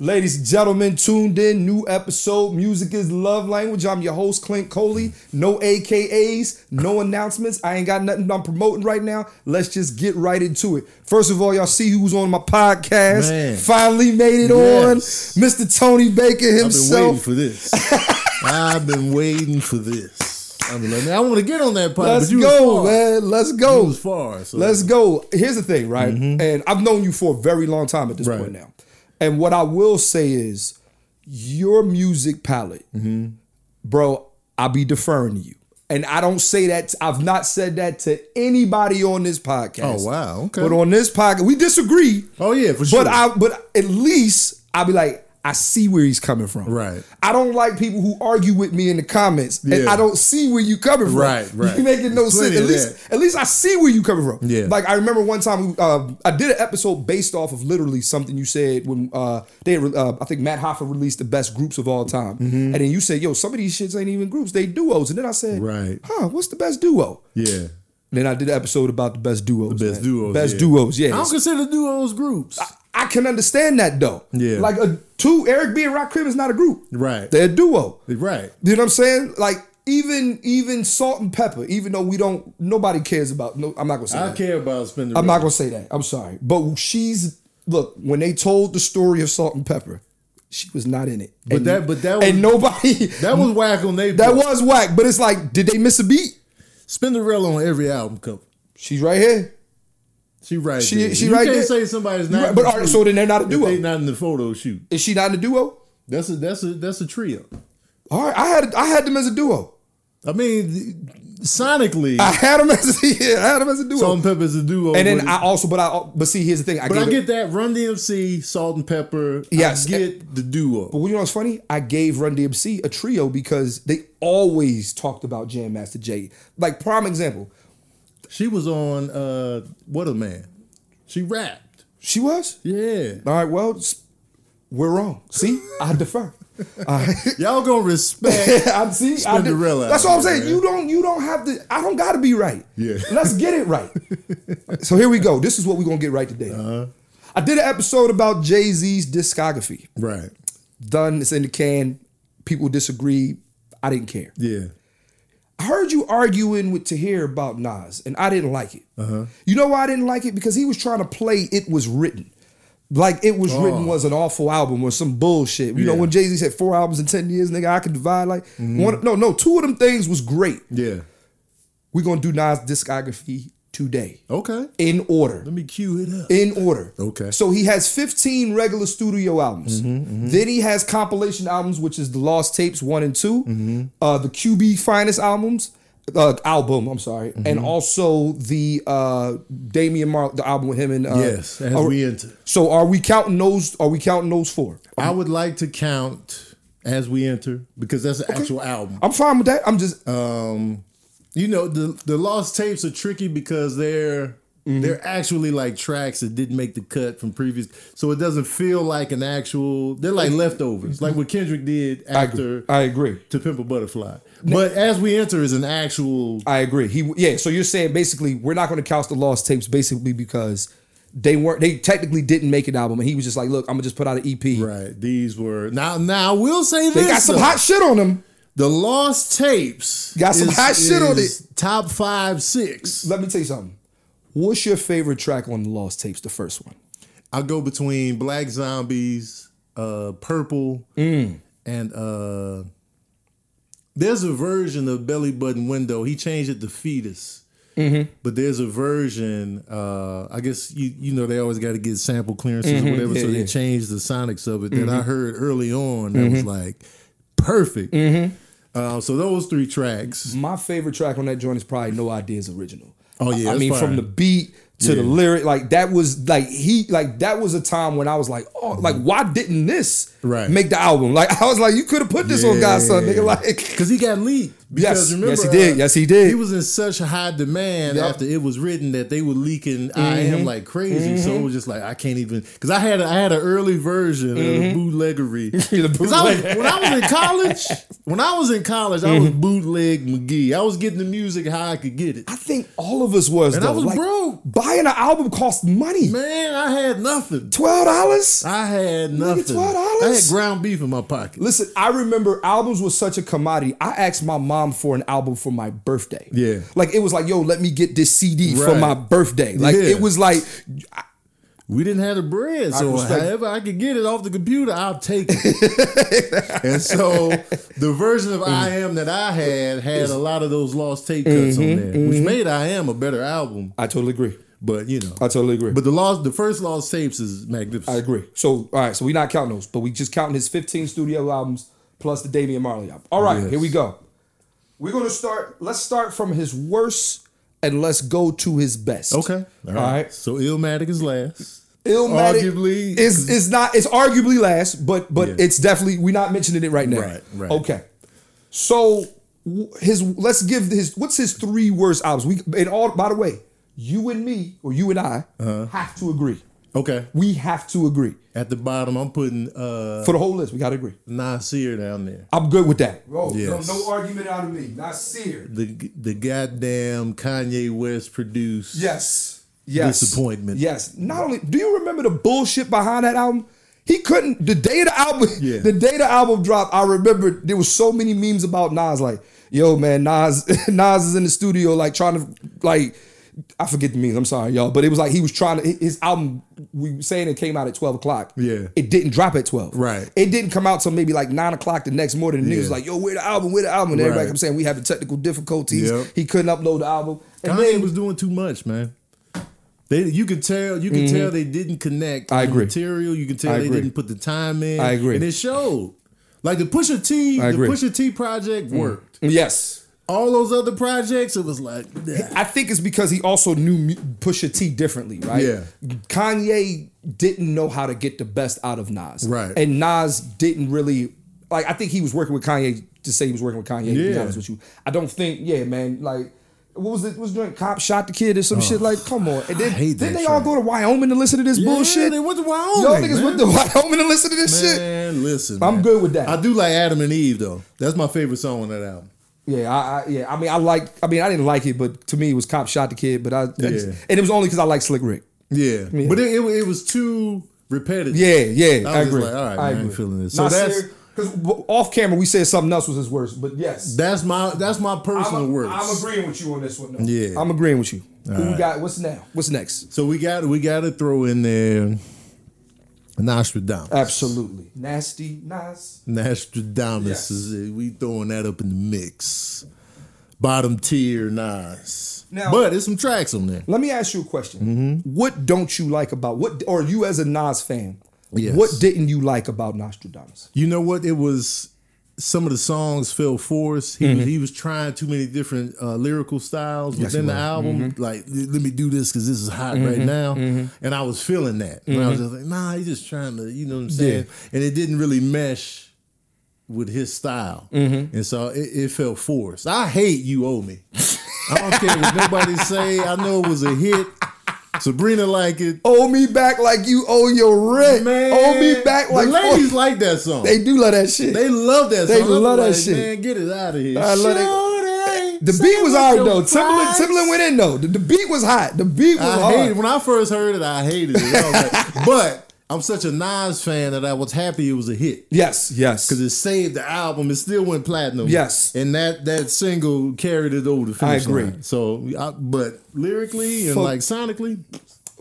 Ladies and gentlemen, tuned in, new episode. Music is love language. I'm your host, Clint Coley. No AKAs, no announcements. I ain't got nothing I'm promoting right now. Let's just get right into it. First of all, y'all see who's on my podcast. Man. Finally made it Yes. on. Mr. Tony Baker I've been waiting himself. for this. I've been waiting for this. I, mean, like, man, I want to get on that part. Let's but you was go, far. man. Let's You go. was far. So. Let's go. Here's the thing, right? And I've known you for a very long time at this Mm-hmm. Right. point now. And what I will say is your music palette, Mm-hmm. bro, I'll be deferring to you. And I don't say that, I've not said that to anybody on this podcast. Oh, wow. Okay. But on this podcast, we disagree. Oh, yeah, for sure. But I but at least I'll be like, I see where he's coming from. Right. I don't like people who argue with me in the comments. And Yeah. I don't see where you coming from. Right, right. You making no There's plenty sense. At of least that. at least I see where you coming from. Yeah. Like I remember one time uh, I did an episode based off of literally something you said when uh, they uh, I think Matt Hoffa released the best groups of all time, Mm-hmm. and then you said, "Yo, some of these shits ain't even groups; they duos." And then I said, Right. huh? What's the best duo?" Yeah. And then I did an episode about the best duos. Best man. duos. Best yeah. duos. Yeah. I don't consider duos groups. I can understand that though. Yeah. Like a two Eric B and Rock Crib is not a group. Right. They're a duo. right. You know what I'm saying? Like even even Salt and Pepper, even though we don't nobody cares about no I'm not gonna say I that. care about spending. I'm not gonna say that. I'm sorry. But she's look, when they told the story of Salt and Pepper, she was not in it. But And- that- but that was- And nobody That was whack on they. that part. was whack. But it's like, did they miss a beat? Spinderella on every album cover. She's right here. She right She- there. she you right can't there. say somebody's You not. right- in but the all right, shoot so then they're not a if duo. They not in the photo shoot. Is she not in a duo? That's a that's a that's a trio. All right, I had I had them as a duo. I mean, th- sonically, I had them as a, yeah, I had them as a duo. Salt and Pepper's a And duo. but- then I also, but I, but see, here's the thing. I, But gave I It, get that Run DMC, Salt and Pepper. Yes. I get the but duo. you know what's funny? I gave Run DMC a trio because they always talked about Jam Master Jay. Like prime example, She was on uh What a Man. She rapped. she was. Yeah. All right, well, s- we're wrong. See, I defer. I, Y'all gonna respect. I see. I did- Spinderella that's what I'm out saying. there, You don't. You don't have to. I don't got to be right. Yeah. Let's get it right. so here we go. This is what we're gonna get right today. Uh-huh. I did an episode about Jay Z's discography. right. Done. It's in the can. People disagree. I didn't care. Yeah. I heard you arguing with Tahir about Nas, and I didn't like it. Uh-huh. You know why I didn't like it? Because he was trying to play It Was Written. Like It Was Written Oh. was an awful album or some bullshit. You know, Yeah. Mm-hmm. when Jay Z said four albums in 10 years, nigga, I could divide. Like, one, no, no, two of them things was great. Yeah. We're going to do Nas' discography today Okay. in order. Let me cue it up. In order. Okay. Mm-hmm, So he has 15 regular studio albums. Then he has compilation albums, which is the Lost Tapes one and 2 Mm-hmm. uh, the QB Finest albums, uh, album. I'm sorry, Mm-hmm. and also the uh, Damian Mark, the album with him and uh, yes. As are- we enter, So are we counting those? Are we counting those four? I would like to count as we enter because that's an actual album. I'm fine with that. I'm just Uh, You know, the the lost tapes are tricky because they're Mm-hmm. they're actually like tracks that didn't make the cut from previous, so it doesn't feel like an actual. They're like leftovers, like what Kendrick did I after agree. I agree. to Pimp a Butterfly. But as we enter is an actual I agree. He yeah. So you're saying basically we're not going to count the lost tapes basically because they weren't. They technically didn't make an album, and he was just like, look, I'm gonna just put out an E EP. right. These were now. Now I will say this: They got some though. hot shit on them. The lost tapes Got some hot shit on is Top five, six. Let me tell you something. What's your favorite track on the Lost Tapes, the first one? I go between Black Zombies uh, Purple, Mm. and uh, there's a version of Belly Button Window. He changed it to Fetus. Mm-hmm. But there's a version. Uh, I guess you you know they always got to get sample clearances or whatever, Mm-hmm. Yeah, yeah. so Mm-hmm. they changed the sonics of it that I heard early on. That was like perfect. Mm-hmm. Uh, so those three tracks. My favorite track on that joint is probably No Ideas Original. Oh, yeah, I that's mean from fire. the beat to the Yeah. lyric, like that was like he like that was a time when I was like, oh, like why didn't this Right. make the album? Like I was like, you could have put this on Godson, nigga. Like because he got leaked. Because uh, Yes, yes, he did. Yes, he did. He was in such high demand Yep. after it was written that they were leaking I am like crazy. So it was just like I can't even because I had a, I had an early version of the bootleggery. The 'Cause I was- bootleg. when I was in college, when I was in college, I was bootleg McGee. I was getting the music how I could get it. I think all of us was And I though. was like, broke. Buying an album cost money. Man, I had nothing. Twelve dollars. I had nothing. $12? I had ground beef in my pocket. Listen, I remember albums was such a commodity. I asked my mom for an album for my birthday. Yeah. Like it was like, yo, let me get this CD for Right. my birthday. Like Yeah. it was like, We didn't have the bread, so respect- however I could get it off the computer, I'll take it. and so the version of I Mm. Am that I had had a lot of those lost tape cuts on Mm-hmm, there, which made I Am a better album. I totally agree. But you know, I totally agree. but the lost, the first lost tapes is magnificent. I agree. So all right, so we not counting those, but we just counting his 15 studio albums plus the Damian Marley album. All right, Yes. here we go. We're gonna start. Let's start from his worst and let's go to his best. Okay, All right. So Illmatic is last. Illmatic Arguably- is is not it's arguably last, but but Yeah. it's definitely we're not mentioning it right now. Right, right. Okay. So w- his let's give his what's his three worst albums. We and all by the way, you and me or you and I Uh-huh. have to agree. Okay, We have to agree at the bottom, I'm putting uh for the whole list. We got to agree. Nasir down there. I'm good with that. Oh, Yes. no- no argument out of me. Not seared. The the goddamn Kanye West produced. Yes. Yes. Disappointment. Yes. Not only do you remember the bullshit behind that album, he couldn't the day the album Yeah. the day the album dropped, I remember there was so many memes about Nas like, yo man, Nas Nas is in the studio like trying to like I forget the memes, I'm sorry, y'all. But it was like he was trying to his album we were saying it came out at 12 o'clock. Yeah. It didn't drop at 12. Right. It didn't come out till maybe like nine o'clock the next morning. And niggas Yeah. was like, yo, where the album? Where the album? And everybody Right. kept saying we having technical difficulties. Yep. He couldn't upload the album. And Kanye then was doing too much, man. They, you could tell, you could tell they didn't connect. Mm-hmm. I on agree. Material, you could tell I they agree. didn't put the time in. I agree. and it showed. Like the Pusha T, I the agree. Mm. Pusha T project worked. Yes. All those other projects, it was like, yeah, I think it's because he also knew mu- Pusha T differently, right? Yeah. Kanye didn't know how to get the best out of Nas. Right. And Nas didn't really like I think he was working with Kanye to say he was working with Kanye, to be Yeah. honest with you. I don't think, yeah, man, like what was it? What was the joint? Cop shot the kid or some shit. Like, come on! And then, Oh, hate didn't that they all track. go to Wyoming to listen to this bullshit? They went to Y'all Wyoming. niggas man. went to Wyoming to listen to this shit. Man, listen, I'm man. good with that. I do like Adam and Eve though. That's my favorite song on that album. Yeah, I, I yeah. I mean, I like. I mean, I didn't like it, but to me, it was cop shot the kid. But I, I just- Yeah. and it was only because I like Slick Rick. Yeah, Yeah. but it, it, it was too repetitive. Yeah, yeah, I, I was just agree. like, all right, I man, agree. I'm feeling this. So that's- because off camera we said something else was his worst, but yes, That's my that's my I'm, personal worst. I'm agreeing with you on this one. Though. Yeah. I'm agreeing with you. Who we got? What's now? What's next? So we got we got to throw in there Nostradamus. Absolutely nasty, nice. Nostradamus Yes. is we throwing that up in the mix. Bottom tier Nas. Now- but there's some tracks on there. Let me ask you a question. Mm-hmm. What don't you like about what? Or you as a Nas fan, Yes. what didn't you like about Nostradamus? You know what? It was some of the songs fell force. Mm-hmm. He was he was trying too many different uh, lyrical styles within the album. Mm-hmm. Like let me do this because this is hot right now, and I was feeling that. And I Mm-hmm. was just like, nah, he's just trying to, you know what I'm saying? And it didn't really mesh with his style, Mm-hmm. and so it, it felt forced. I hate you owe me. I don't care what nobody say. I know it was a hit. Sabrina like it. Owe me back like you owe your rent. Owe me back like the ladies like that song. They do love that shit. They love that. They song. I'm love that like, shit. Man, get it out of here. I love Shorty, the say beat was what alright your though. Timbaland, price- Timbaland went in though. The, the beat was hot. The beat was I hard. hated when I first heard it. I hated it. I was like, but I'm such a Nas fan that I was happy it was a hit yes, yes. because it saved the album. It still went platinum. Yes. and that that single carried it over the finish I agree. line. So, I, but lyrically and For- like sonically,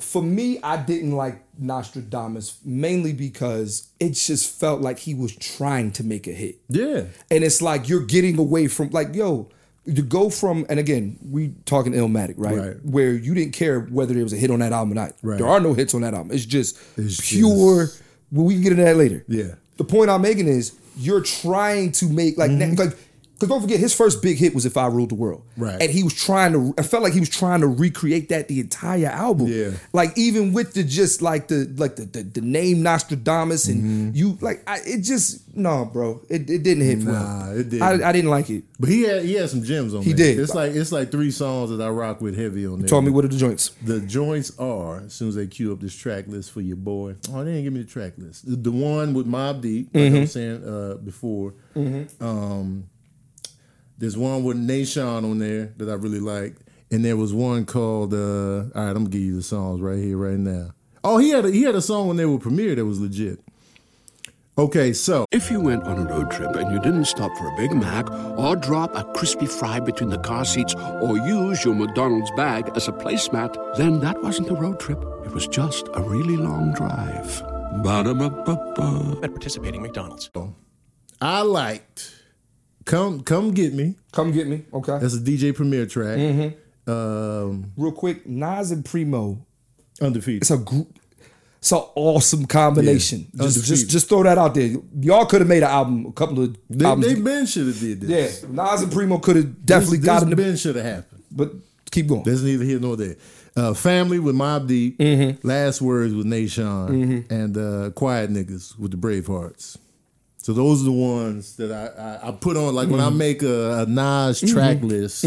for me, I didn't like Nostradamus mainly because it just felt like he was trying to make a hit. Yeah. And it's like you're getting away from like, yo, to go from and again, we talking Illmatic, right? Right. Where you didn't care whether there was a hit on that album or not. Right. There are no hits on that album. It's just It's pure well, we can get into that later. Yeah. The point I'm making is you're trying to make like Mm-hmm. like because don't forget his first big hit was If I Ruled the World. Right. And he was trying to I felt like he was trying to recreate that the entire album. Yeah. Like even with the just like the like the the, the name Nostradamus and Mm-hmm. you like I it just no bro. It, it didn't hit Nah, well. it didn't. I, I didn't like it. But he had he had some gems on. He there. did. It's like it's like three songs that I rock with heavy on there. Told me what are the joints. the joints are. As soon as they cue up this track list for your boy, oh they didn't give me the track list. The, the one with Mob Deep, like Mm-hmm. I was saying uh, before. Um, there's one with Nation on there that I really liked, and there was one called. Uh, all right, I'm gonna give you the songs right here, right now. Oh, he had a, he had a song when they were premiere that was legit. Okay, so If you went on a road trip and you didn't stop for a Big Mac or drop a crispy fry between the car seats or use your McDonald's bag as a placemat, then that wasn't a road trip. It was just a really long drive. Ba-da-ba-ba-ba. at participating McDonald's. I liked. Come come get me. Come get me. Okay. That's a DJ premiere track. Mm-hmm. Um, Real quick, Nas and Primo. undefeated. It's a group. It's an awesome combination. Yeah. Just, Undefeated. just, just throw that out there. Y'all could have made an album, a couple of They, albums. they Ben should have did yeah, this. Nas and Primo could have definitely this, gotten this the. Ben should have happened. but keep going. There's neither here nor there. Uh, family with Mob Deep. Mm-hmm. Last words with Nation and uh, Quiet Niggas with the Bravehearts. So those are the ones that I I, I put on. Like when Mm-hmm. I make a, a Nas track list,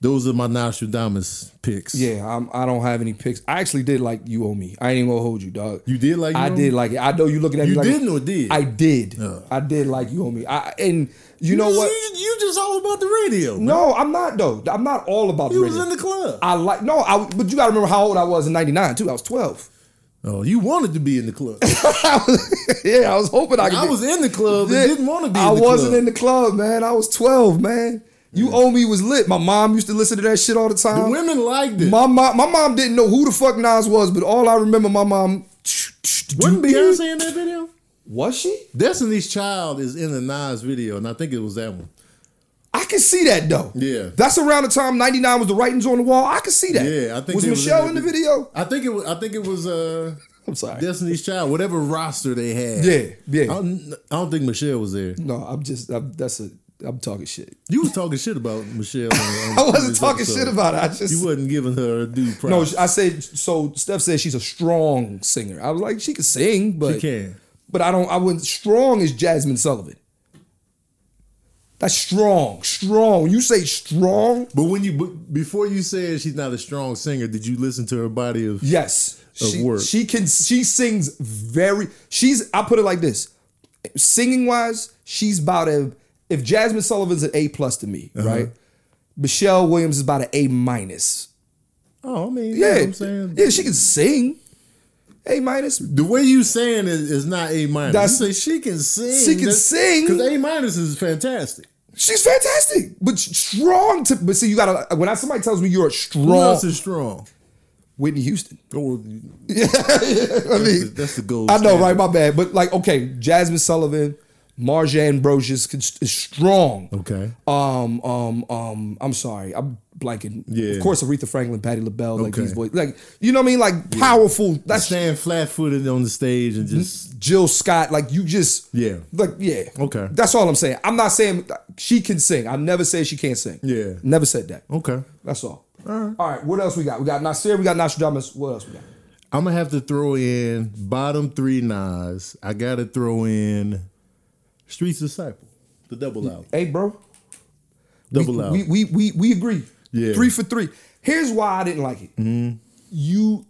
those are my Nostradamus picks. yeah, I'm, I don't have any picks. I actually did like "You Owe Me." I ain't even gonna hold you, dog. You did like You I Owe Me? did like it. I know you looking at You me like didn't or did? I did. I did like "You Owe Me." I and you know what? You, you just all about the radio. man. No, I'm not though. I'm not all about the you was radio. in the club. I like no, I but you gotta remember how old I was in '99 too. I was 12. oh, you wanted to be in the club. yeah, I was hoping I could. I get- was in the club and Yeah. didn't want to be. I in the wasn't club. in the club, man. I was 12, man. You owe me was lit. My mom used to listen to that shit all the time. The women liked it. uh, my mom, my mom didn't know who the fuck Nas was, but all I remember, my mom. Wasn't Beyonce in that video? Was she? Destiny's Child is in the Nas video, and I think it was that one. I can see that though. Yeah. that's around the time '99 was the writings on the wall. I can see that. Yeah, I think was they Michelle that in the vi- video. I think it was. I think it was. Uh, I'm sorry. Destiny's Child, whatever roster they had. Yeah, yeah. I don't, I don't think Michelle was there. no, I'm just. I'm, that's a. I'm talking shit. You was talking shit about Michelle. on- on I wasn't previous talking episode. shit about it. I just. You wasn't giving her a due props. No, I said so. Steph said she's a strong singer. I was like, she can sing, but She can. But I don't. I wouldn't. Strong is Jasmine Sullivan. That's strong, strong. You say strong? But when you but before you said she's not a strong singer, did you listen to her body of? Yes, Of she work. she can. She sings very. She's. I put it like this: singing wise, she's about a. If Jasmine Sullivan's an A plus to me, Uh-huh. right? Michelle Williams is about an A minus. Oh, I mean, yeah, Yeah, I'm saying. yeah, she can sing. A minus. The way you saying it is not A minus. That's- you say she can sing. She can sing. because A minus is fantastic. She's fantastic, but sh- strong. To, but see, you gotta when I, somebody tells me you're Who strong, else is strong? Whitney Houston. Oh, I that's, the, mean, that's the gold. I know, standard. right? My bad, but like, okay, Jasmine Sullivan, Marja Ambrosius can- is strong. Okay. Um, um, um. I'm sorry, I'm blanking. Yeah. Of course, Aretha Franklin, Patti LaBelle, like Okay. these boys, like you know what I mean, like powerful. That's Stand flat footed on the stage and just Jill Scott. Like you just, Yeah. like yeah. Okay. That's all I'm saying. I'm not saying she can sing. I never said she can't sing. Yeah. Never said that. okay. That's all. All right. What else we got? We got Nasir. We got Nostradamus. What else we got? I'm gonna have to throw in bottom three Nas. I gotta throw in Streets Disciple, the double out, Hey, bro. double we, out. We, we we we agree. Yeah. Mm-hmm. Three for three. Here's why I didn't like it. You.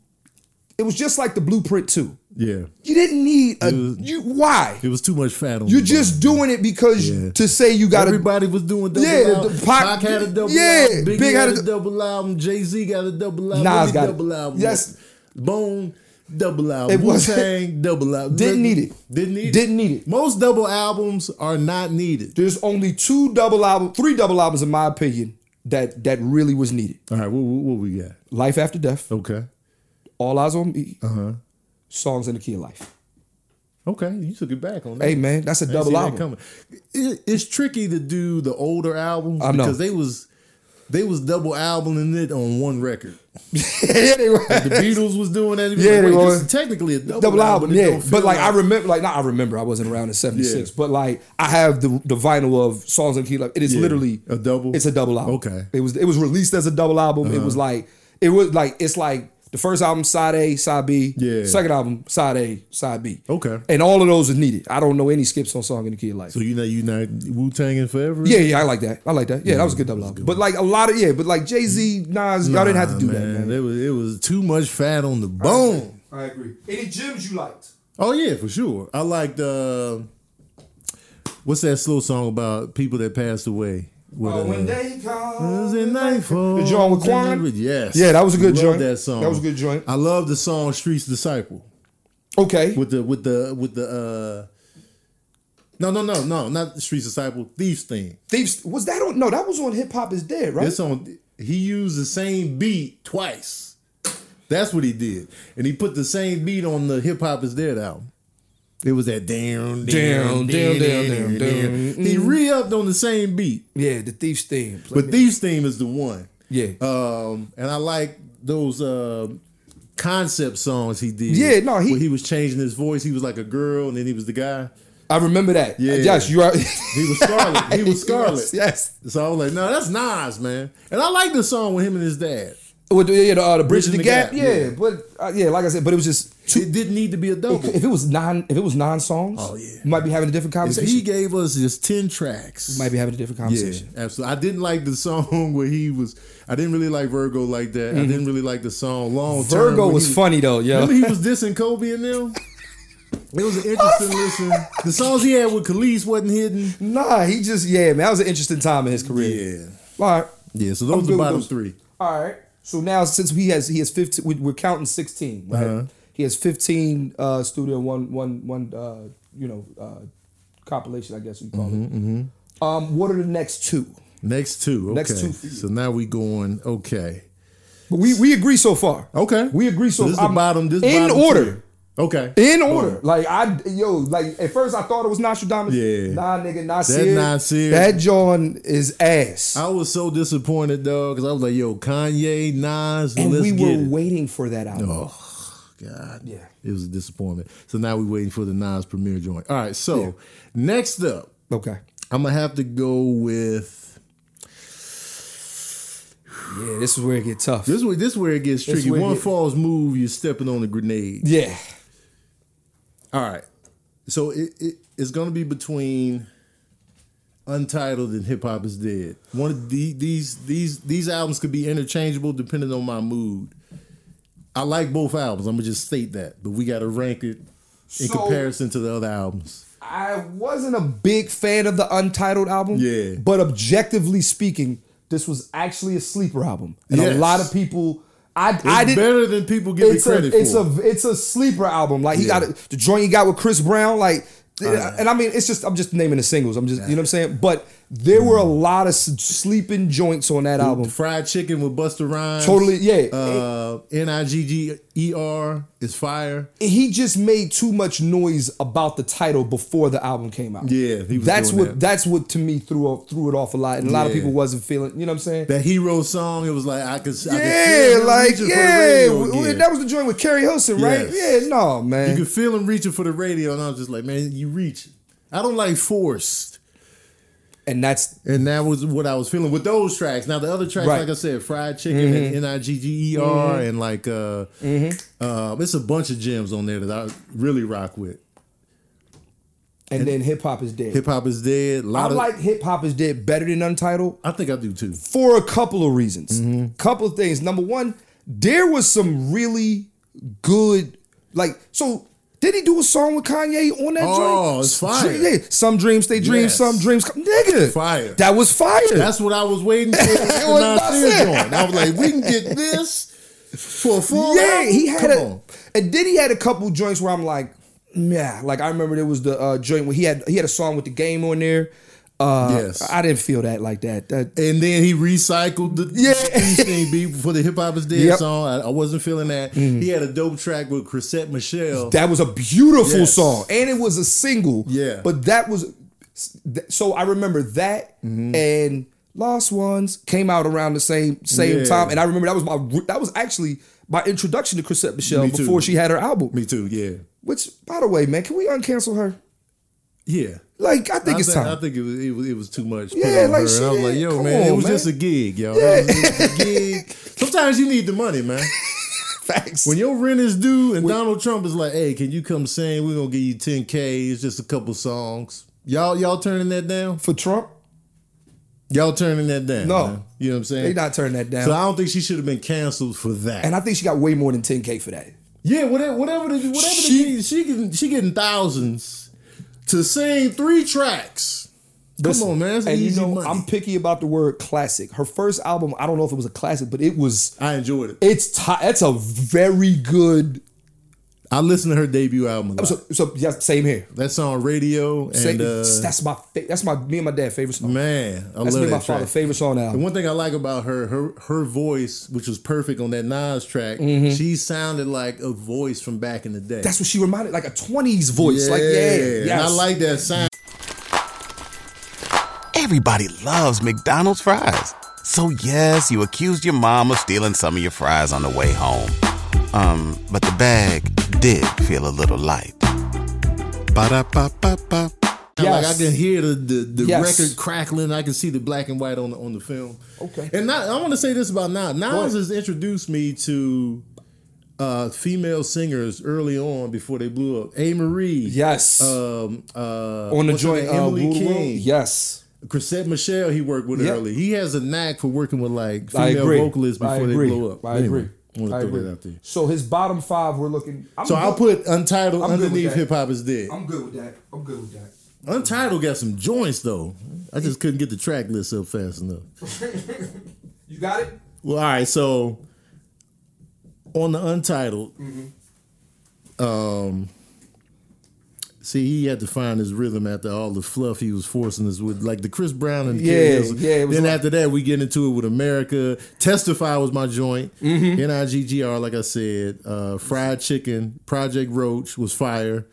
It was just like the blueprint too. yeah, You didn't need a. was- you why? it was too much fat on. You're the just bone. doing it because Yeah. to say you got to. Everybody was doing double Yeah, album. the Pac- Pac, had a double yeah, album. Big, had, a double album. Jay Z got a double album. Nas Nas got it. double album. Yes. Bone double album. It Wu wasn't- Tang double album. Didn't need it. Didn't need it. Didn't need it. Most double albums are not needed. There's only two double album, three double albums in my opinion that that really was needed. All right, what, what, what we got? Life After Death, Okay. All Eyes on Me, Uh huh. Songs in the Key of Life. Okay, you took it back on that. Hey man, that's a I didn't double see that album. coming. It, it's tricky to do the older albums I know. because they was they was double albuming it on one record. yeah, they were. The Beatles was doing that. It was Yeah, like, they wait, were. this is technically a double, double album, album. It yeah. don't feel But like I remember, like not I remember, I wasn't around in '76, Yeah. but like I have the the vinyl of songs of Key Life. It is Yeah. literally A double? It's a double album. Okay. Uh-huh. it was it was released as a double album. It was like it was like it's like the first album side A, side B. Yeah. Second album side A, side B. Okay. And all of those are needed. I don't know any skips on Song in the Key of Life. so you know you not Wu Tanging forever. yeah, yeah, I like that. I like that. Yeah, that was a good double album. But like a lot of yeah, but like Jay Z, Nas, y'all didn't have to do Nah, that. Man. It was it was too much fat on the bone. I agree. Any gems you liked? Oh yeah, for sure. I liked uh, what's that slow song about people that passed away? With, Oh, uh, when they come. Thursday nightfall. The joint with Quan? Yes. Yeah, that was a good Love joint. That song. That was a good joint. I love the song "Streets Disciple" Okay. with the with the with the. uh No, no, no, no, not "Streets Disciple." Thieves thing. Thieves was that on? No, that was on Hip Hop Is Dead, right? This on he used the same beat twice. That's what he did, and he put the same beat on the Hip Hop Is Dead album. It was that down, down, down, down, down, down. He Mm-hmm. re upped on the same beat, yeah, the Thieves theme. Uh, but Thieves theme is the one. yeah, Um, and I like those uh, concept songs he did. Yeah, no, he- where he was changing his voice. He was like a girl, and then he was the guy. I remember that. Yeah. Yes, you are. He was Scarlet. he was Yes. Scarlet. yes. So I was like, no, that's Nas, man. And I like the song with him and his dad. With the, yeah, the, uh, the bridge of the, Bridging the gap. Gap, Yeah, yeah. but uh, yeah, like I said, but it was just two. It didn't need to be a double. If it was nine, if it was nine songs, Oh, yeah. you might be having a different If conversation. he gave us just ten tracks, might be having a different yeah, conversation. absolutely. I didn't like the song where he was. I didn't really like Virgo like that. I didn't really like the song Long Term. Mm-hmm. Virgo when was he- funny though, yo. Remember he was dissing Kobe and them. It was an interesting listen. The songs he had with Khalees wasn't hidden. Nah, he just yeah, man. That was an interesting time in his career. Yeah, All right. yeah. So I'm those good are with bottom those. three. All right. So now since he has he has fifteen, we, we're counting sixteen. Right? Uh-huh. He has fifteen uh, studio one one one uh, you know uh, compilation, I guess you call Mm-hmm, it. Um, what are the next two? Next two. Okay. Next two for you. So now we going. Okay. But we we agree so far. Okay. we agree so, So this is the far. I'm- bottom. This in bottom order. tier. Okay. In order, like I, yo, like at first I thought it was Nostradamus. Yeah. nah, nigga, Nasir. Nasir. That John is ass, I was so disappointed though because I was like, "Yo, Kanye, Nas, and let's we get were it." waiting for that album. God, Yeah. it was a disappointment. So now we're waiting for the Nas premiere joint. All right. So next up, Okay, I'm gonna have to go with yeah, this is where it get tough. this. Way, this where it gets This tricky. where it One get- false move, you're stepping on a grenade. yeah, All right. So it, it it's gonna be between Untitled and Hip Hop is Dead. One of the, these these these albums could be interchangeable depending on my mood. I like both albums. I'm gonna just state that, but we gotta rank it in So- comparison to the other albums. I wasn't a big fan of the Untitled album. Yeah. But objectively speaking, this was actually a sleeper album, and a Yes. lot of people. I It's I didn't. better than people give it It's credit a it's for. a it's a sleeper album. Like he Yeah. got a, the joint he got with Chris Brown. Like, and I mean, it's just I'm just naming the singles. I'm just you know what I'm saying. But there were a Mm. lot of s- sleeping joints on that album. Fried Chicken with Buster Rhymes. Totally, yeah. Uh, N I G G E R is fire. he just made too much noise about the title before the album came out. Yeah, he was that's doing what that. that's what to me threw off, threw it off a lot, and a lot of Yeah. people wasn't feeling. You know what I'm saying? That hero song, it was like I could, I could yeah, feel him like reaching for the yeah, radio w- w- again. that was the joint with Kerry Hilson, right? Yes. Yeah, no you man. could feel him reaching for the radio, and I was just like, man, you reach. I don't like forced, and that's and that was what I was feeling with those tracks. Now the other tracks, Right. Mm-hmm. like I said, Fried Chicken and N I G G E R, and like uh, uh, it's a bunch of gems on there that I really rock with. and, then hip hop is dead. Hip Hop is dead. I Lot of, like hip hop is dead better than Untitled I think I do too. for a couple of reasons. Mm-hmm. Couple of things. Number one, there was some really good like so. Did he do a song with Kanye on that joint? Oh, it's fire. Yeah, some dreams stay dreams, Yes. some dreams come. Nigga, Fire. That was fire. That's what I was waiting for. the It was about Nasir it. joint. I was like, we can get this for a full. yeah, album? he had Come a, on. and then he had a couple joints where I'm like, yeah, like I remember there was the uh, joint where he had he had a song with the game on there. Uh, Yes. I didn't feel that like that. That And then he recycled the Yeah. Springsteen beat for the Hip Hop is Dead Yep. Mm-hmm. song. I, I wasn't feeling that. He had a dope track with Chrisette Michelle. that was a beautiful Yes. song, and it was a single. Yeah. but that was so. I remember that Mm-hmm. and Lost Ones came out around the same same Yeah. time, and I remember that was my that was actually my introduction to Chrisette Michelle Me too. before she had her album. Me too, yeah. Which, by the way, man, can we uncancel her? Yeah. Like, I think I, it's thi- time. I think it was, it was it was too much. put Yeah, on like, her. And I was shit, like, yo, come man, it on, was man. just a gig, yo. That was just a gig. Sometimes you need the money, man. Facts. When your rent is due and Donald Trump is like, hey, can you come sing? We're gonna give you 10K. It's just a couple songs. Y'all, y'all turning that down? For Trump, Y'all turning that down. No. man. You know what I'm saying? they not turning that down. So I don't think she should have been canceled for that. and I think she got way more than 10K for that. yeah, whatever, whatever, the, whatever. She- She, the, gig, she getting, she getting thousands to sing three tracks. Listen, Come on, man. That's and easy you know, money. I'm picky about the word classic. Her first album, I don't know if it was a classic, but it was. I enjoyed it. It's ti that's a very good. I listened to her debut album. A lot. So, so yeah, same here. That's on radio and Same, uh, that's my fa- that's my me and my dad favorite song. man, I that's me love and my that father track. favorite song now. The one thing I like about her, her her voice, which was perfect on that Nas track, she sounded like a voice from back in the day. Mm-hmm. That's what she reminded, like a 20s voice. Like yeah, and yeah. I like that sound. Everybody loves McDonald's fries. So yes, you accused your mom of stealing some of your fries on the way home. Um, but the bag did feel a little light. Ba-da-ba-ba-ba. Like I Yes. can hear the the, the Yes. record crackling. I can see the black and white on the on the film. Okay. And Nas, I want to say this about Nas. Nas has introduced me to uh, female singers early on before they blew up. A Marie. yes. Um, uh, on the what's her joint, name? uh, Emily Rule to Rule. King. Yes. Chrisette Michelle, he worked with Yeah. early. He has a knack for working with like I female agree. vocalists I before they agree. blow up. I Anyway, agree. I want I to throw agree. that out there. So his bottom five, we're looking. I'm So good- I'll put Untitled I'm good with underneath that. Hip Hop is Dead. I'm good with that. I'm good with that. Untitled got some joints though. I just couldn't get the track list up fast enough. You got it. Well, all right. So on the Untitled, um, see, he had to find his rhythm after all the fluff he was forcing us with, like the Chris Brown and the Yeah, Kid Hustle. yeah, it was Then like- after that, we get into it with America. Testify was my joint. Mm-hmm. Niggr, like I said, uh, Fried Chicken, Project Roach was fire.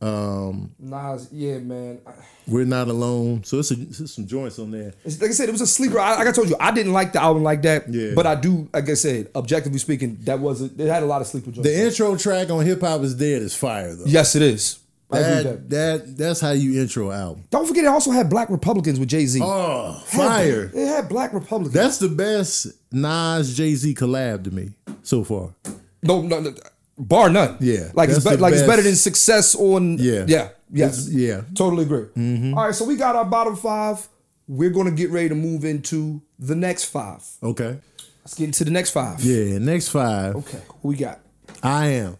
Nas, yeah, man. I- We're not alone. So it's, a, it's some joints on there. It's, like I said, it was a sleeper. I, like I told you, I didn't like the album like that. Yeah. But I do, like I said, objectively speaking, that was a, it had a lot of sleeper joints. The intro track on Hip Hop is Dead is fire though. yes, it is. I agree with that. That, that that's how you intro album. Don't forget, it also had Black Republicans with Jay Z. Oh, fire. It had Black Republicans. That's the best Nas Jay Z collab to me so far. no, no, no, bar none. Yeah, like it's that's be- the like it's better best. than success on. Yeah. yeah, yes, It's- yeah. Mm-hmm. Totally agree. All right, so we got our bottom five. We're gonna get ready to move into the next five. Okay. Let's get into the next five. Yeah, next five. Okay, who we got. I am.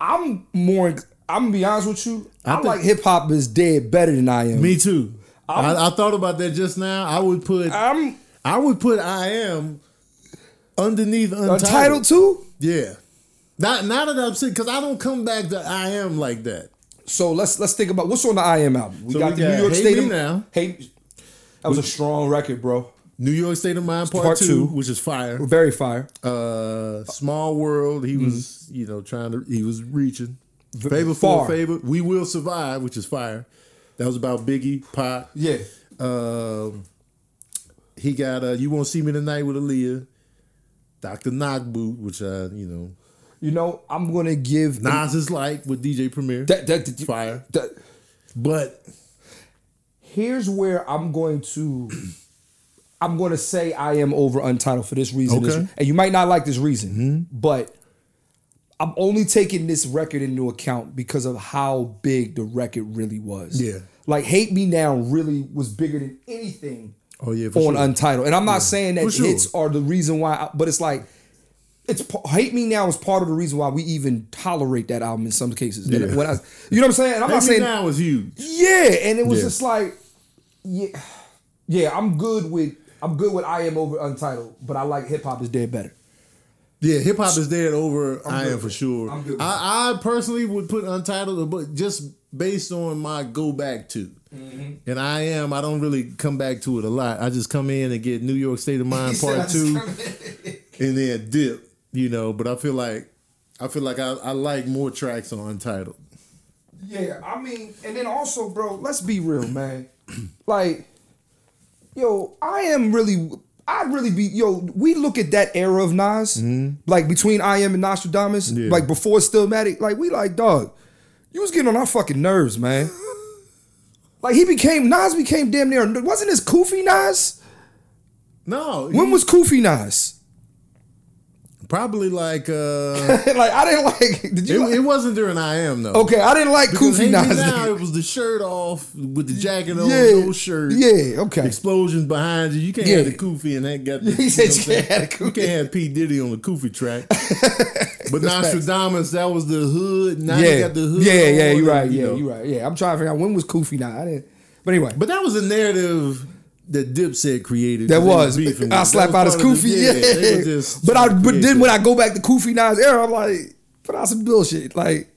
I'm more. I'm gonna be honest with you. I, think- like hip hop is dead better than I am. Me too. I, I thought about that just now. I would put I'm I would put I am underneath untitled. entitled to. Yeah. Not not that I'm sick, because I don't come back to I am like that. So let's let's think about what's on the I Am album. We So got we the got New York Hey State Me of- Now. Hey, that was a strong record, bro. New York State of Mind Part, Part two, Two. which is fire. Very fire. Uh, Small World, he was, you know, trying to, he was reaching. Favor far. for favor. We Will Survive, which is fire. That was about Biggie, Pop. Yeah. Um, he got uh, You Won't See Me Tonight with Aaliyah. Dr. Knockboot, which, uh, you know, You know, I'm gonna give Nas is like with DJ Premier. that, that, that- fire. that- But here's where I'm going to I'm going to say I am over Untitled for this reason, Okay. Mm-hmm. and you might not like this reason, but I'm only taking this record into account because of how big the record really was. Yeah. like Hate Me Now really was bigger than anything Oh, yeah, for on sure. Untitled, and I'm not saying that for sure. hits are the reason why, I- but it's like. It's pa- hate me now is part of the reason why we even tolerate that album in some cases. And Yeah. when I, you know what I'm saying? And I'm Hate not Me saying Now is huge. yeah, and it was Yeah. just like, yeah, yeah. I'm good with I'm good with I am over Untitled, but I like hip hop is dead better. Yeah, hip hop is dead over I am for sure. I'm good with uh, I, I personally would put Untitled, but just based on my go back to. Mm-hmm. And I am. I don't really come back to it a lot. I just come in and get New York State of Mind Part Two, and then dip. You know. But I feel like I feel like I, I like more tracks on Untitled. Yeah, I mean, and then also, bro, let's be real, man. Like, yo, I am really, I'd really be, yo, we look at that era of Nas, like between I Am and Nostradamus, Mm-hmm. Yeah. like before Stillmatic, like we like, dog, you was getting on our fucking nerves, man. like he became, Nas became damn near, wasn't this Koofy Nas? No, When was Koofy Nas? probably like uh, like, I didn't like, did it, you? like- it wasn't during I am though. okay, I didn't like Because Koofy Hate Me Nas. now it was the shirt off with the jacket on, Yeah. no shirt. Yeah, okay. Explosions behind you. You can't Yeah. have the Koofy and that got. The, He said know you what I'm can't have the saying? You Koofy. can't have P Diddy on the Koofy track. but Nostradamus, that was the hood. Now yeah. you got the hood. Yeah, yeah, on, you're right. you Yeah, know. you're right. Yeah, I'm trying to figure out when was Koofy now. I didn't. But anyway, But that was a narrative that Dipset created. that They was. beefing with. I That slap was out his part of the- Koofy. yeah, they Yeah. were just but I. trying to But create then that. when I go back to Koofy now's era, I'm like, put out some bullshit. Like,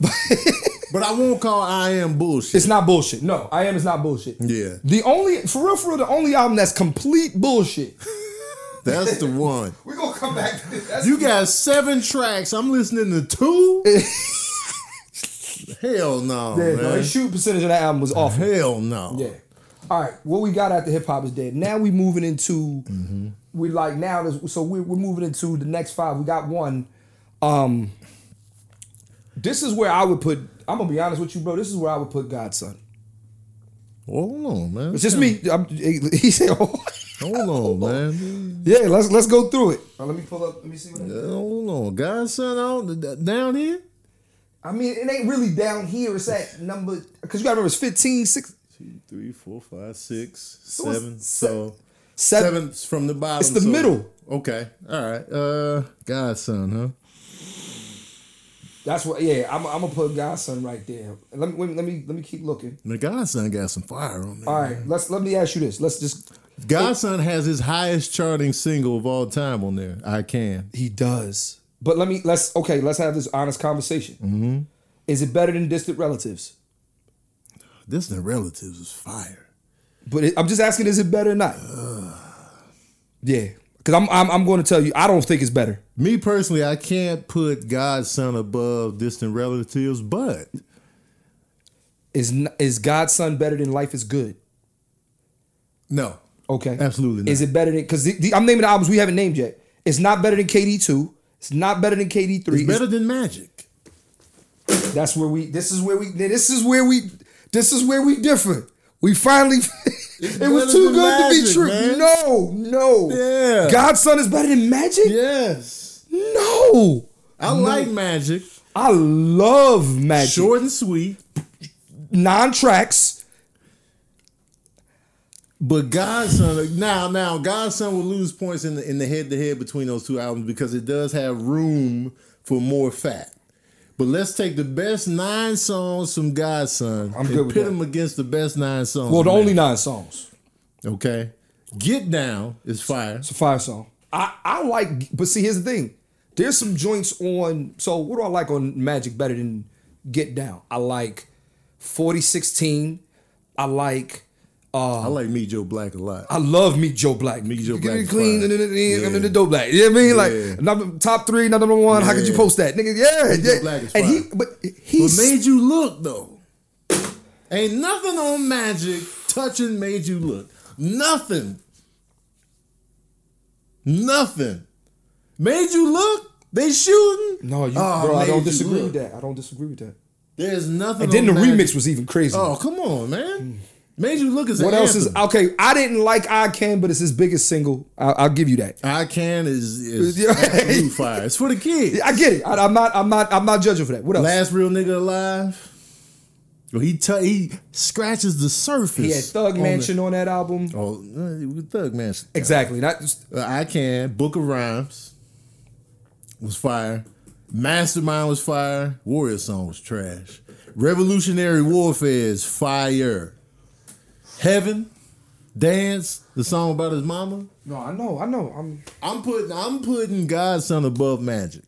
but I won't call I am bullshit. it's not bullshit. No, I am. It's not bullshit. Yeah. The only for real, for real, the only album that's complete bullshit. That's the one. We gonna come back. to this. That's- You got seven tracks. I'm listening to two. Hell no, yeah, no, man. his shoot percentage of that album was awful. Hell no. Yeah. All right. What we got after hip hop is dead. Now we moving into we like now. there's- So we're we're moving into the next five. We got one. Um. This is where I would put. I'm gonna be honest with you, bro. This is where I would put Godson. Hold on, man. It's just me. I'm, he said, oh. Hold on, man. "Yeah, let's let's go through it." Now, let me pull up. Let me see. What I- Hold on, godson. Out down here. I mean, it ain't really down here. It's at number because you gotta remember it's 15, 6, Two, three, four, five, six, it's seven. se- So seven. seventh's from the bottom. It's the so- middle. Okay. All right. Uh, godson, huh? That's what. Yeah, I'm, I'm gonna put Godson right there. Let me let me let me keep looking. The godson got some fire on there. All right, let's let me ask you this. Let's just Godson has his highest charting single of all time on there. I can. He does. But let me let's okay, let's have this honest conversation. Mm-hmm. Is it better than distant relatives? This the relatives is fire. But it, I'm just asking, is it better or not? yeah, because I'm, I'm I'm going to tell you, I don't think it's better. Me personally, I can't put Godson above distant relatives, but Is n- is Godson better than Life is Good? no, Okay, Absolutely not. Is it better than because I'm naming the albums we haven't named yet? It's not better than KD two. It's not better than KD three. it's better than Magic. That's where we. This is where we. This is where we. This is where we differ. We finally. it was better too than good to be Magic, true. man. No, no. Yeah. Godson is better than Magic. Yes, No, I like Magic. I love Magic. Short and sweet, Non tracks. but Godson now now Godson will lose points in the in the head to head between those two albums because it does have room for more fat. But let's take the best nine songs from Godson I'm and good with pit that. them against the best nine songs. Well, the from only Magic. nine songs. Okay. Get Down is fire. It's a fire song. I I like, but see, here's the thing. There's some joints on. So what do I like on Magic better than Get Down? I like 4016. I like. uh, I like Me Joe Black a lot. I love Meet Joe Black. Meet Joe You get Black it is clean fire. and then and then- and then the Yeah. dope black. You know what I mean? Like Yeah. number, top three, not number one. How could you Yeah. post that, nigga? Yeah, Meet Joe yeah. Black is and fire. he, but What he's made you look though? Ain't nothing on magic touching made you look. Nothing. Nothing. Made you look? They shooting? no, you, Oh, bro. I made don't you disagree with look. that. I don't disagree with that. There's nothing. And then the on Magic. remix was even crazy. Oh come on, man. Made you look is what an else is anthem. okay? I didn't like I Can, but it's his biggest single. I, I'll give you that. I can is, is Yeah. absolute fire. It's for the kids. I get it. I, am not. I'm not. I'm not judging for that. What else? Last real nigga alive. Well, he t- he scratches the surface. he had Thug on Mansion on that album. The, oh, uh, Thug Mansion. Exactly. Not just, Uh, I can. Book of Rhymes was fire. Mastermind was fire. Warrior Song was trash. Revolutionary Warfare is fire. Heaven, Dance, the song about his mama. no. I know. I know. I'm. I'm putting I'm putting Godson above Magic.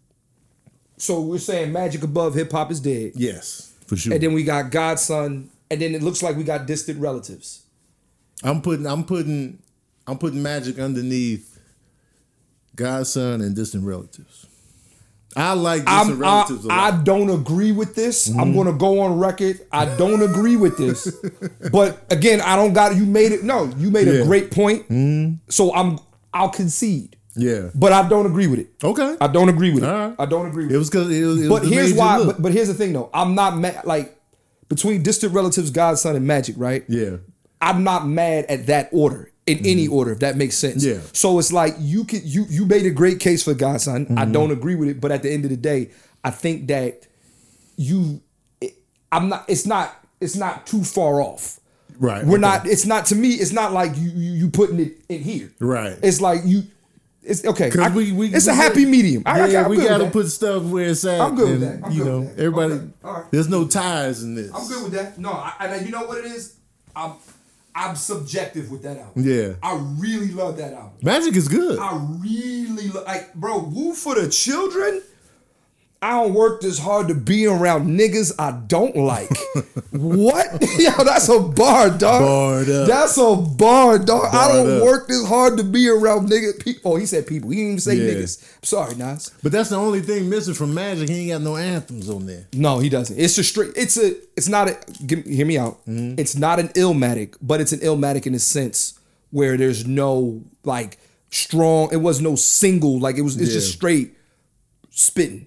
So we're saying Magic above hip hop is dead. Yes, for sure. And then we got Godson and then it looks like we got distant relatives. I'm putting I'm putting I'm putting magic underneath Godson and distant relatives. I like distant I'm, I, relatives a I lot. don't agree with this. Mm-hmm. I'm going to go on record. I don't agree with this. But again, I don't got you made it. No, you made Yeah. Mm-hmm. a great point. So I'm I'll concede. yeah. But I don't agree with it. Okay. I don't agree with it. All right. I don't agree with it was because it was, it was but the here's major why. look. But, but here's the thing, though. I'm not mad. Like between distant relatives, godson, and magic, right? yeah. I'm not mad at that order in any order, if that makes sense. Mm-hmm. Yeah. So it's like you could you you made a great case for godson. I Mm-hmm. don't agree with it, but at the end of the day, I think that you, it, I'm not. It's not. It's not too far off. Right. We're okay. not. It's not to me. It's not like you you, you putting it in here. Right. It's like you. It's okay. 'Cause I- we- we- it's we a got- happy medium. I, I, yeah, I'm we good with gotta that. put stuff where it's at. I'm good with and, that. I'm you good know, with that. everybody. Okay. All right. There's no ties in this. I'm good with that. No, I, and you know what it is? I'm I'm subjective with that album. Yeah. I really love that album. Magic is good. I really lo- like, bro. Woo for the children. I don't work this hard to be around niggas I don't like. what? Yo, that's a bar, dog. Barred up. That's a bar, dog. I Barred don't up. work this hard to be around niggas. People. Oh, he said people. He didn't even say Yeah. niggas. I'm sorry, Nas. But that's the only thing missing from Magic. He ain't got no anthems on there. No, he doesn't. It's a straight. It's a. It's not a. Give, hear me out. Mm-hmm. It's not an illmatic, but it's an illmatic in a sense where there's no like strong. It was no single. Like it was. It's just Yeah. straight spitting,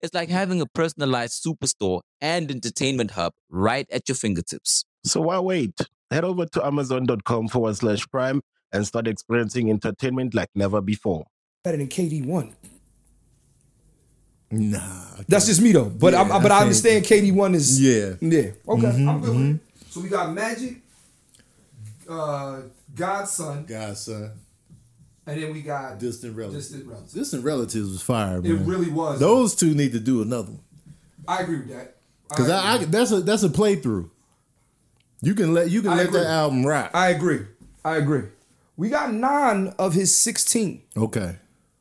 It's like having a personalized superstore and entertainment hub right at your fingertips. So why wait? Head over to amazon.com forward slash prime and start experiencing entertainment like never before. Better than KD one. Nah. That's just me though. But I, Yeah, but I I understand KD one is Yeah. Mm-hmm, Yeah. Okay. I'm good with it. So we got Magic, uh, Godson, Godson. and then we got Distant relatives. Distant relatives. Distant relatives was fire, It man. really was. Those two need to do another one I agree with that. because I, I that's a that's a playthrough. You can let you can I let agree. that album rock. I agree. I agree. We got nine of his sixteen. okay.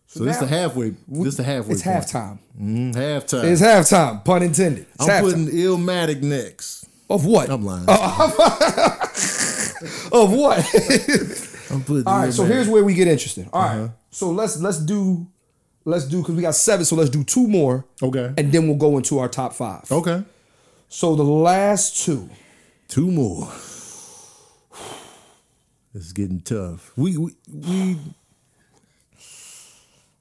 So, this now- the halfway. This the halfway. It's point. halftime. Mm, halftime. It's halftime. Pun intended. It's I'm halftime. Uh, putting Illmatic next. of what? I'm lying. Of what? I'm putting. All right. So Illmatic. here's where we get interesting. All Uh-huh. right. So let's let's do let's do because we got seven. So let's do two more, okay. and then we'll go into our top five. okay. So the last two. Two more. It's getting tough. We we, we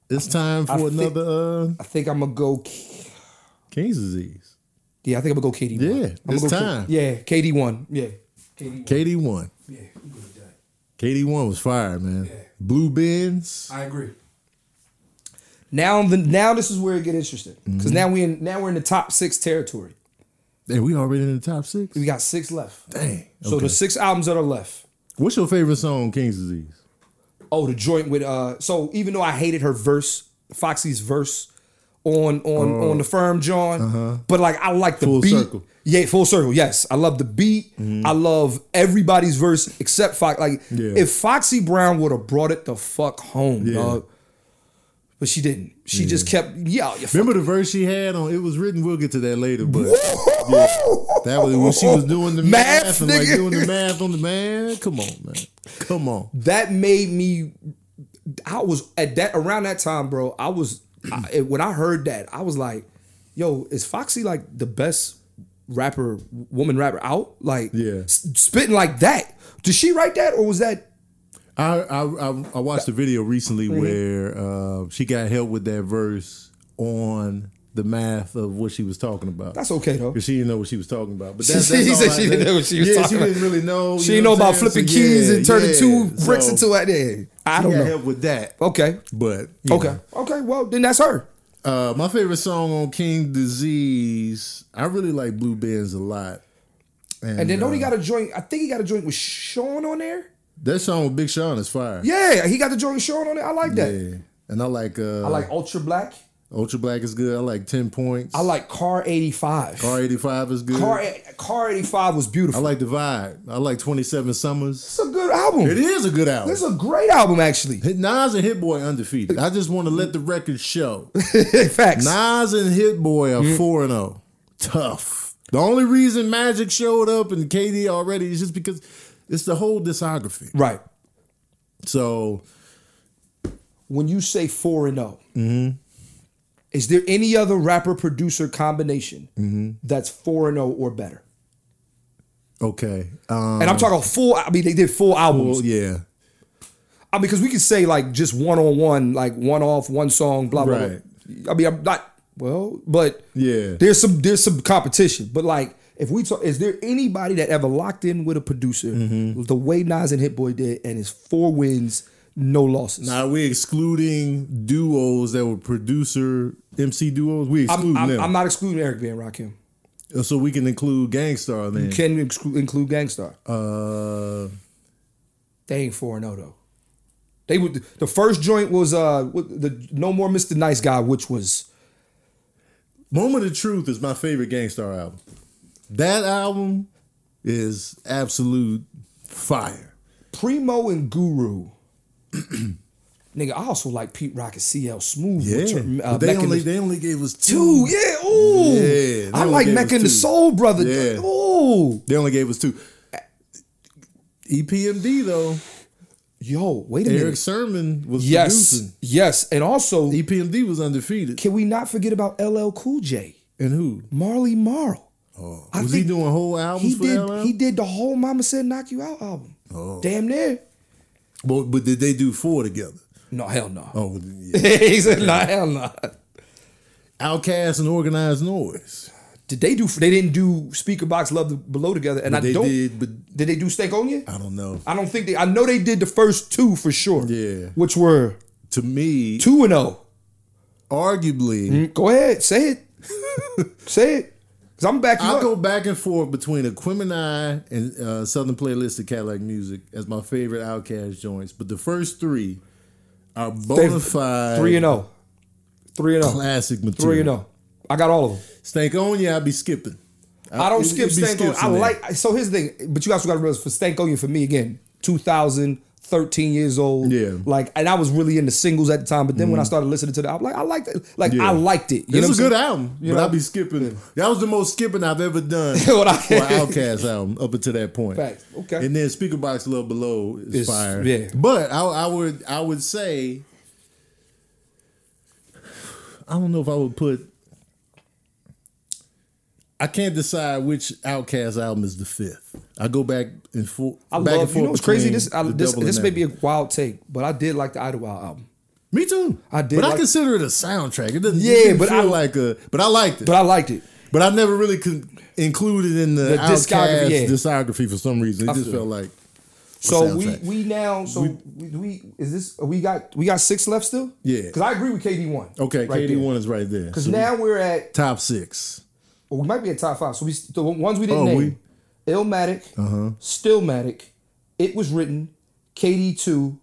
It's time for I think- another uh I think I'm gonna go. K- King's disease. Yeah, I think I'm gonna go KD. Yeah, one. I'm gonna it's go time. K- yeah, KD one. Yeah, KD one. KD one. yeah, I'm good with that. KD one was fire, man. Blue bins. I agree. Now the now this is where it get interesting Mm-hmm. because now we in now we're in the top six territory. Hey, we already in the top six. We got six left. Dang. So the six albums that are left. What's your favorite song, King's Disease? Oh, the joint with uh. So even though I hated her verse, Foxy's verse on on on the firm John, but like I like the Oh. Uh-huh. Full beat. circle. Mm-hmm. Yeah, full circle. Yes, I love the beat. I love everybody's verse except Fox. Like Yeah. if Foxy Brown would have brought it the fuck home, Yeah. dog. But she didn't. She just kept yeah. you Remember the verse she had on It Was Written? We'll get to that later, but that that was when she was doing the math, and like nigga. doing the math on the man. Come on, man. Come on. that made me. I was at that around that time, bro. I was I, when I heard that, I was like, "Yo, is Foxy like the best rapper, woman rapper out? Like, Yeah. s- spitting like that? Did she write that, or was that I I, I, I watched a video recently Mm-hmm. where uh, she got help with that verse on the math of what she was talking about. That's okay though. Because she didn't know what she was talking about. But She- that, that's she all said I- she didn't know what she was yeah, talking she about. didn't really know. She you ain't know what I'm about saying? flipping So, keys yeah, and turning yeah. two bricks So, into a yeah. I she don't got know. help with that. Okay. But you Okay. know. Okay. Well, then that's her. Uh, my favorite song on King Disease. I really like Blue Bands a lot. And then uh, don't he got a joint? I think he got a joint with Sean on there. that song with Big Sean is fire. Yeah, he got the joint with Sean on there. I like that. Yeah. And I like uh I like Ultra Black. Ultra Black is good. I like Ten Points. I like Car 85. Car eighty five is good. Car, Car 85 was I beautiful. like the vibe. I like Twenty Seven Summers. it's a good album. It is a good album. This is a great album, actually. Hit- Nas and Hit Boy undefeated. I just want to let the record show. Facts. Nas and Hit Boy are Mm. four and zero. Tough. The only reason Magic showed up and KD already is just because it's the whole discography. Right. So When you say 4 and 0, Mm-hmm. is there any other rapper producer combination Mm-hmm. that's 4 and 0 or better? okay, um, And I'm talking full, I mean, they did full albums. well, yeah, I mean, because we could say like just one on one, like one off, one song, blah blah. Right. blah. I mean, I'm not well, but Yeah. there's some there's some competition. But like, if we talk, is there anybody that ever locked in with a producer Mm-hmm. the way Nas and Hit Boy did, and is four wins, no losses? Now we excluding duos that were producer MC duos. We I'm, excluding I'm, them, I'm not excluding Eric Van Rakim. so we can include Gangstar then. Can you exclu- include Gangstar? uh, They ain't four and zero though. They would. The first joint was uh what- the No More Mr. Nice Guy, which was Moment of Truth is my favorite Gangstar album. That album is absolute fire. Primo and Guru. Nigga, I also like Pete Rock and CL Smooth. Yeah, which are, uh, But they Mecca only and the- they only gave us two, two. yeah, ooh. Yeah, they I only like gave Mecca us and the two. Soul Brother. Yeah. Ooh. They only gave us two. E EPMD though, Yo, wait a Eric minute. Sermon was Yes. producing. E Yes. And also, EPMD was undefeated. can we not forget about LL Cool J? And who? Marley Marl. Oh, I was he think doing whole albums He for Oh. did that album? he did the whole Mama Said Knock You Out album. Damn near. But, but did they do four together? No, hell no. Oh, yeah. he said, no, hell no. Outcast and Organized Noise. Did they do they didn't do Speaker Box Love the Below together? And But I they don't did, but Did they do Stank on you? I don't know. I don't think they. I know they did the first two for sure. Yeah. Which were To me, two and oh. zero. arguably, Go ahead, say it. say it. Cause I'm back you I up. go back and forth between Aquemini and uh, Southern Playlist of Cadillac Music as my favorite Outcast joints, but the first three are They- bona fide Three and zero. Three and zero. classic material. Three and oh. zero. I got all of them. Stankonia, I'll be skipping. I don't Uh, it- skip it be Stank on. skips I in there. like. So here's the thing. But you also got to realize for Stank on you for me again. 2000. 13 years old. Yeah. Mm-hmm. Like, and I was really into singles at the time, but then when I started listening to the album, like I liked it. Like Yeah. I liked it. You know It's a what I'm good saying? album, You but know? I'll be skipping. That was the most skipping I've ever done for What I- an Outkast album up until that point. Facts. Okay. And then Speaker Box Love Below is It's- fire. yeah. But I, I would I would say I don't know if I would put I can't decide which Outkast album is the fifth. I go back and forth. I back and love. You forth know what's crazy? between This I, the this Double and this may Nothing. be a wild take, but I did like the Idlewild album. Me too. I did but I like- consider it a soundtrack. It doesn't. Yeah, Yeah, but but I- I like a. But I liked it. But But I liked it. I, never really con- included in the, The discography, discography. yeah. Discography for some reason. It feel just felt like So we soundtrack. we now so we, we is this we got we got six left still. Yeah. because I agree with KD one. okay. KD one is right there. Because So now we're at top six. well, we might be at top five. So we the ones we didn't Oh, Uh-huh. name: Illmatic, Stillmatic, It Was Written, KD two,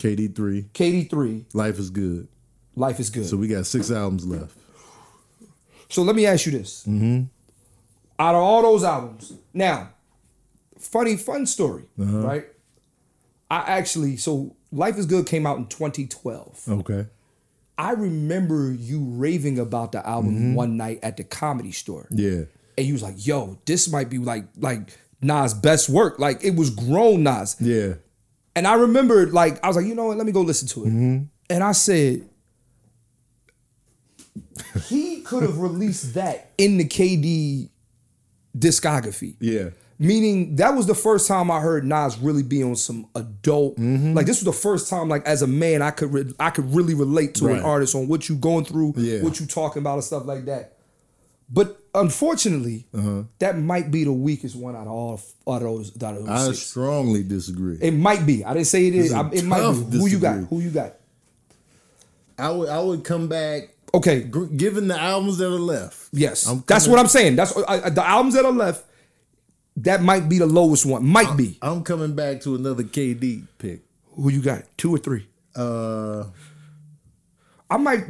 KD three. KD three, Life is good. Life is Good. So So, we got six albums left. let me ask you this: Mm-hmm. out of all those albums, now funny fun story, Uh-huh. right? I actually so Life is Good came out in 2012. Okay. I remember you raving about the album one night at the comedy store. Yeah. And you was like, yo, this might be like like Nas' best work. Like it was grown Nas. Yeah. And I remembered like I was like, you know what, let me go listen to it. And I said, he could have released that in the KD discography Yeah. Meaning that was the first time I heard Nas really be on some adult. Mm-hmm. Like this was the first time, like as a man, I could re- I could really relate to an Right. artist on what you going through, Yeah. what you talking about, and stuff like that. But unfortunately, Uh-huh. that might be the weakest one out of all f- out of those. Out of those I six. strongly disagree. It might be. I didn't say it is. It's a I- It might tough be. Who you got? disagree. Who you got? I would I would come back Okay. gr- given the albums that are left. Yes. I'm That's coming- what I'm saying. That's I, I- the albums that are left. That might be the lowest one. Uh, Might be. I'm coming back to another KD pick. Who you got? Two or three? Uh I might.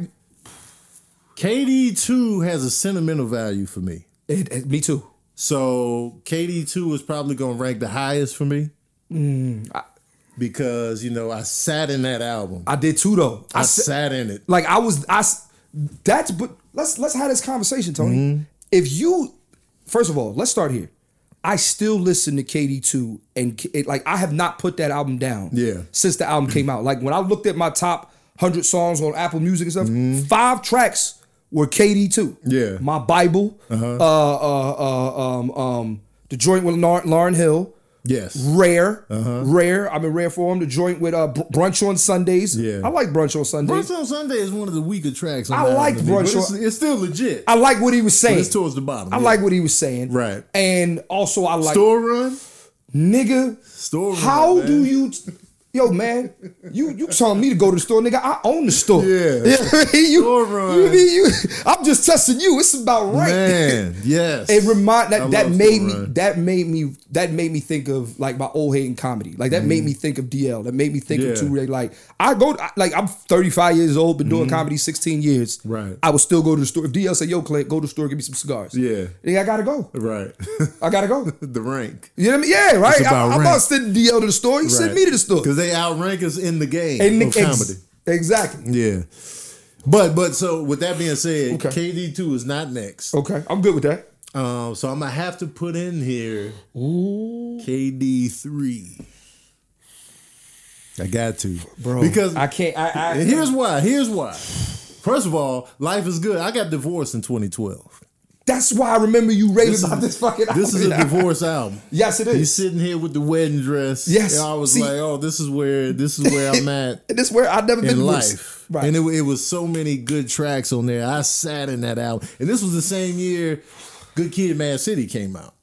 KD two has a sentimental value for me. It, it- eh, me too. So KD two is probably gonna rank the highest for me. Mm. because you know I sat in that album. I, I did too though. I, said sat in it. like I was. I s- that's but let's let's have this conversation, Tony. Mm-hmm. If you first of all, let's start here. I still listen to KD two and K- it, like I have not put that album down. Yeah. since the album came out. Like when I looked at my top hundred songs on Apple Music and stuff, five tracks were KD two. Mm-hmm. Yeah. Uh-huh. my Bible, uh uh, uh, um, um, the joint with Lauren, Lauren Hill. Yes. Rare, Uh-huh. rare. I'm in rare form. The joint with uh, Br- brunch on Sundays. Yeah. I like brunch on Sundays. Brunch on Sunday is one of the weaker tracks. On I the liked album to me, but Brunch It's, on- it's still legit. I like what he was saying. it's towards the bottom. I yeah. like what he was saying. Right. And also, I like store run. nigga. Store. How run, do man. you, yo man? You you telling me to go to the store, nigga? I own the store. Yeah. You know what I mean? you, Store run. you mean you- I'm just testing you. It's about right. Man, yes. It remind I that that love made Store me Run. that made me that made me think of like my old hate in comedy. Like that made me think of DL. That made me think Mm-hmm. Yeah. of two Ray. Like I go I- like I'm 35 years old, been doing comedy 16 years. Mm-hmm. Right. I would still go to the store. If DL said, "Yo, Clint, go to the store, give me some cigars." Yeah. Then I gotta go. Right. I gotta go. the rank. You know what I mean? Yeah, right. It's about I, I'm rent. not sending DL to the store. You send me to the store. because they outrank us in the game And the- of ex- comedy. Exactly. Yeah. But but so with that being said, Okay. KD two is not next. Okay, I'm good with that. Um, so I'm gonna have to put in here KD three. I got to, bro. Because I can't. I, I and here's why. Here's why. First of all, life is good. I got divorced in 2012. That's why I remember you raving This is- about this fucking. This is a album. divorce album. Yes, it He's is. sitting here with the wedding dress. Yes. and I was See- like, oh, this is where this is where I'm at And this where I've never been in worse. life. Right. And it, it was so many good tracks on there. I sat in that album. And this was the same year Good Kid Mad City came out.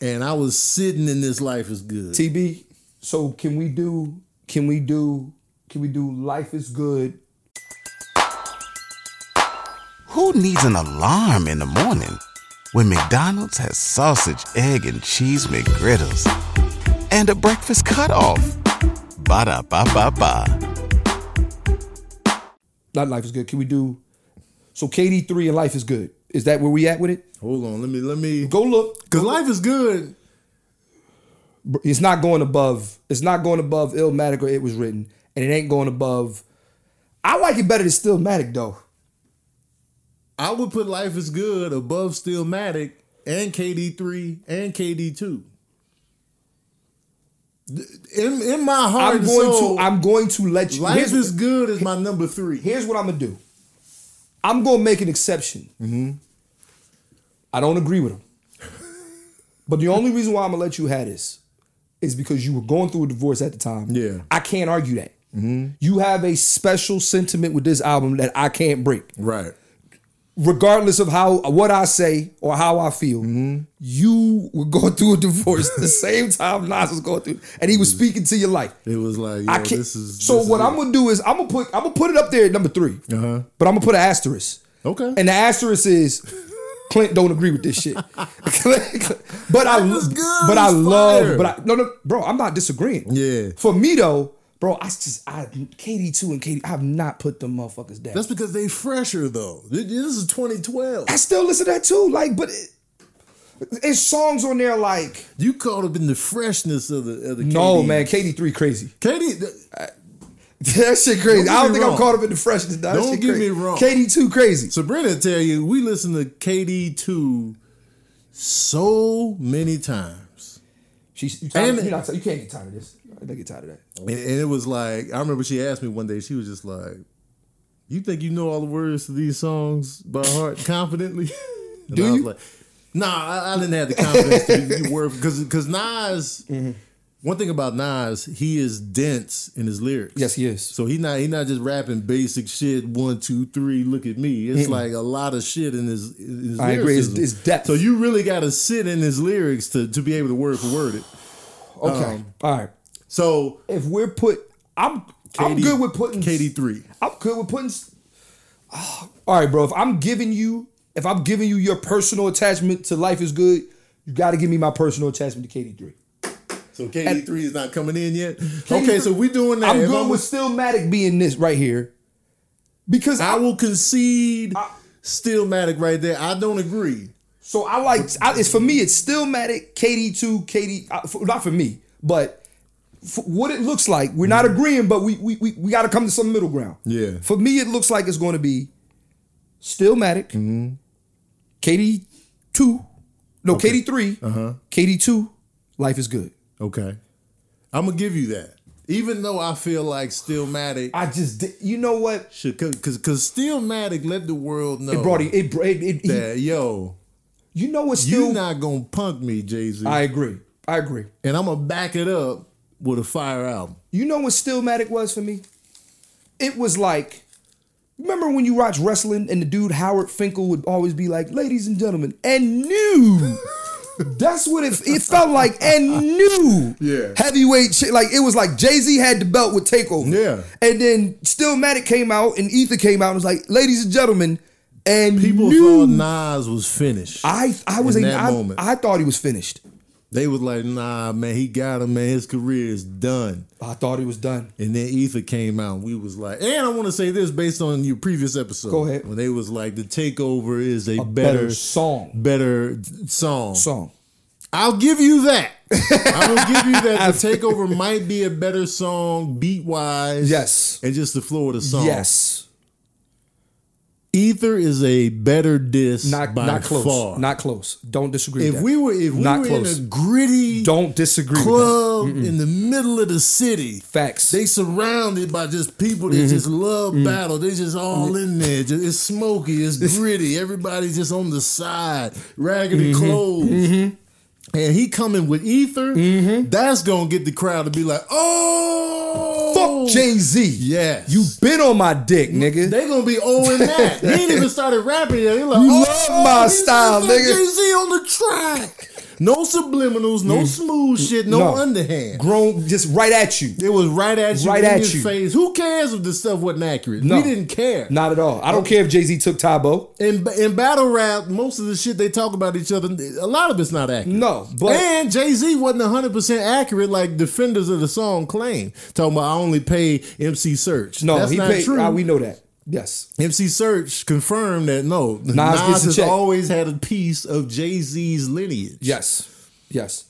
And I was sitting in this Life is Good. TB. So can we do? Can we do? Can we do? Life is good. Who needs an alarm in the morning when McDonald's has sausage, egg, and cheese McGriddles and a breakfast cutoff? Ba da ba ba ba. Not life is good. Can we do? So KD three and life is good. Is that where we at with it? Hold on, let me let me Go look. Cause Life is Good. It's not going above. It's not going above Illmatic or it was written, and it ain't going above. I like it better than Stillmatic though. I would put Life is Good above Stillmatic and KD3 and KD2. In, in my heart, I'm and going soul, to. I'm going to let you. Life here's, is Good is my number three. here's what I'm gonna do. I'm gonna make an exception. I don't agree with him, but the only reason why I'm gonna let you have this is because you were going through a divorce at the time. Yeah. I can't argue that. You have a special sentiment with this album that I can't break Right. regardless of how what I say or how I feel, you were going through a divorce the same time Nas was going through, and he was speaking to your life. It was like, I yo, can't. this is so this is what it. I'm gonna do is I'm gonna put I'm gonna put it up there at number 3 Uh-huh. but I'm gonna put an asterisk. Okay. And the asterisk is Clint don't agree with this shit. but I That was good. but I It was love fire. but I no no bro, I'm not disagreeing. Yeah. For me though, bro, I just I KD2 and KD I've not put them motherfuckers down. That's because they fresher though. Th- This is 2012. I still listen to that too. Like, but it, it's songs on there like You caught up in the freshness of the of the no KD. man, KD three crazy. Katie, th- that shit crazy. get I don't me think I'm wrong. caught up in the freshness. Nah, that Don't shit get crazy. me wrong. KD two crazy. Sabrina tell you we listen to KD two so many times, She's you, tired, And- you're not, you can't get tired of this. I don't get tired of that. and, and it was like I remember she asked me one day. She was just like, "You think you know all the words to these songs by heart confidently?" And Do I was you? like, Nah, I, I didn't have the confidence to be word because because Nas. Mm-hmm. One thing about Nas, he is dense in his lyrics. Yes, he is. So he not he not just rapping basic shit. One, two, three. Look at me. It's like a lot of shit in his. In his I agree. It's- lyricism. it's depth. So you really got to sit in his lyrics to to be able to word for word it. Okay. Um, All right. So If we're put, I'm I'm KD good with putting KD three. I'm good with putting. s- Ah, all right, bro. If I'm giving you, if I'm giving you your personal attachment to life is good, you got to give me my personal attachment to KD three. So KD three is not coming in yet. KD okay, so we doing that. I'm If good I'm- with Stillmatic being this right here because I I will concede. Stillmatic right there. I don't agree. so I like I, it's for me it's Stillmatic KD two KD uh, for, not for me but for what it looks like we're Mm-hmm. not agreeing but we we we, we got to come to some middle ground. Yeah. For me it looks like it's going to be Stillmatic, Mm-hmm. KD two, no KD three, Uh-huh. KD two. Life is good. Okay. I'm gonna give you that. Even though I feel like Stillmatic I just di- you know what should cause cause Stillmatic let the world know it brought it it, br- it, it, he- Oh. that yo, you know what's you still not gonna punk me, Jay-Z. I agree I agree. and I'm gonna back it up with a fire album. You know what Stillmatic was for me? It was like, remember when you watch wrestling and the dude Howard Finkel would always be like, ladies and gentlemen, and new. That's what it, it felt like, and new. Yeah. Heavyweight shit. Like, it was like Jay Z had the belt with TakeOver. Yeah. And then Stillmatic came out and Ether came out and was like, ladies and gentlemen, and People new. thought Nas was finished. I, I was in in that I, moment. I thought he was finished. they was like, nah, man, he got him, man. His career is done. I thought he was done. And then Ether came out. And we was like, and I want to say this based on your previous episode. Go ahead. When they was like, the takeover is a, A better, better song. better song. Song. I'll give you that. I will give you that. The takeover might be a better song, beat wise. Yes. And just the flow of the song. Yes. Ether is a better disc Not by not close. far. Not close. Don't disagree. if with we that. were if we Not were close. in a gritty don't disagree. With club in the middle of the city. that. Facts. They surrounded by just people that Mm-hmm. just love Mm. battle. They just all in there. Just- it's smoky. It's gritty. Everybody's just on the side, raggedy Mm-hmm. clothes. And he coming with ether. Mm-hmm. That's gonna get the crowd to be like, "Oh, Fuck Jay Z. Yes, You been on my dick, nigga. They gonna be owing that. he ain't even started rapping yet. They like, You oh, love my style, nigga." Jay Z on the track. No subliminals. No smooth shit. Mm. No, No. underhand. Grown just right at you. It was right at you, Right in at his you. face. Who cares if the stuff wasn't accurate? No. We didn't care. Not at all. I don't care if Jay Z took Tybo. In in battle rap, most of the shit they talk about each other, a lot of it's not accurate. No, but- and Jay Z wasn't one hundred percent accurate, like defenders of the song claim. Talking about I only pay MC Search. No, that's he not paid. true. ah, we know that. Yes. MC Search confirmed that no, Nas, gets a has check. always had a piece of Jay Z's lineage. Yes. Yes.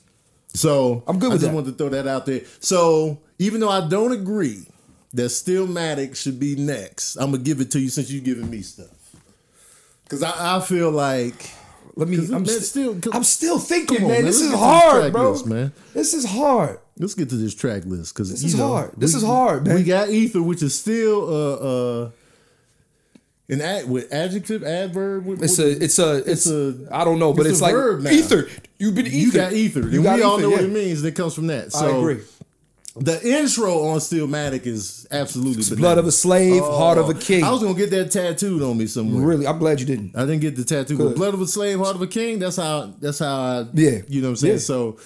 So I'm good I with just that. wanted to throw that out there. So even though I don't agree that Stillmatic should be next, I'm gonna give it to you since you're giving me stuff. Cause I, I feel like Let me. 'Cause I'm man, st- still- come- I'm still thinking, come on, man. man. This Let's is get to the hard, track bro. list, man. This is hard. let's get to this track list. Cause this is hard. This is hard, man. We got Ether, which is still uh uh an ad, with adjective, adverb. What, It's what- a. It's a. It's, a- a. I don't know, but it's it's, a like verb now. ether. You've been ether. you got Ether. And we all know what it means that comes from that. So I agree. The intro on Stillmatic is absolutely bananas. Blood of a slave, heart of a king. Oh. I was gonna get that tattooed on me somewhere. really, I'm glad you didn't. I didn't get the tattoo, but Good. blood of a slave, heart of a king. That's how. That's how. I, Yeah. you know what I'm saying. Yeah. So,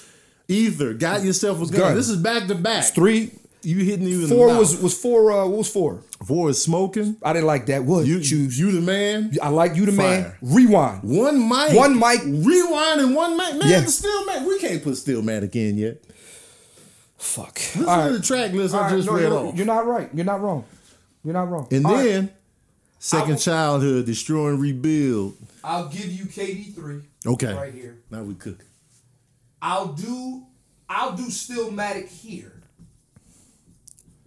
either got yourself a gun. Gun. This is back to back. Three, You hitting you in four the mouth. was was four. Uh, what was four? four is smoking. I didn't like that. What? You choose. choose. You the man. I like you, the Fire. man. Rewind. One mic. One mic. Rewind and one mic. Man, Yeah. Stillmatic. We can't put Stillmatic in yet. Fuck. Listen All right. to the track list All I right. just No, read you're, off. you're not right. You're not wrong. You're not wrong. And All right. then, second childhood, destroy and rebuild. I'll give you KD three. Okay. Right here. Now we cook. I'll do. I'll do Stillmatic here.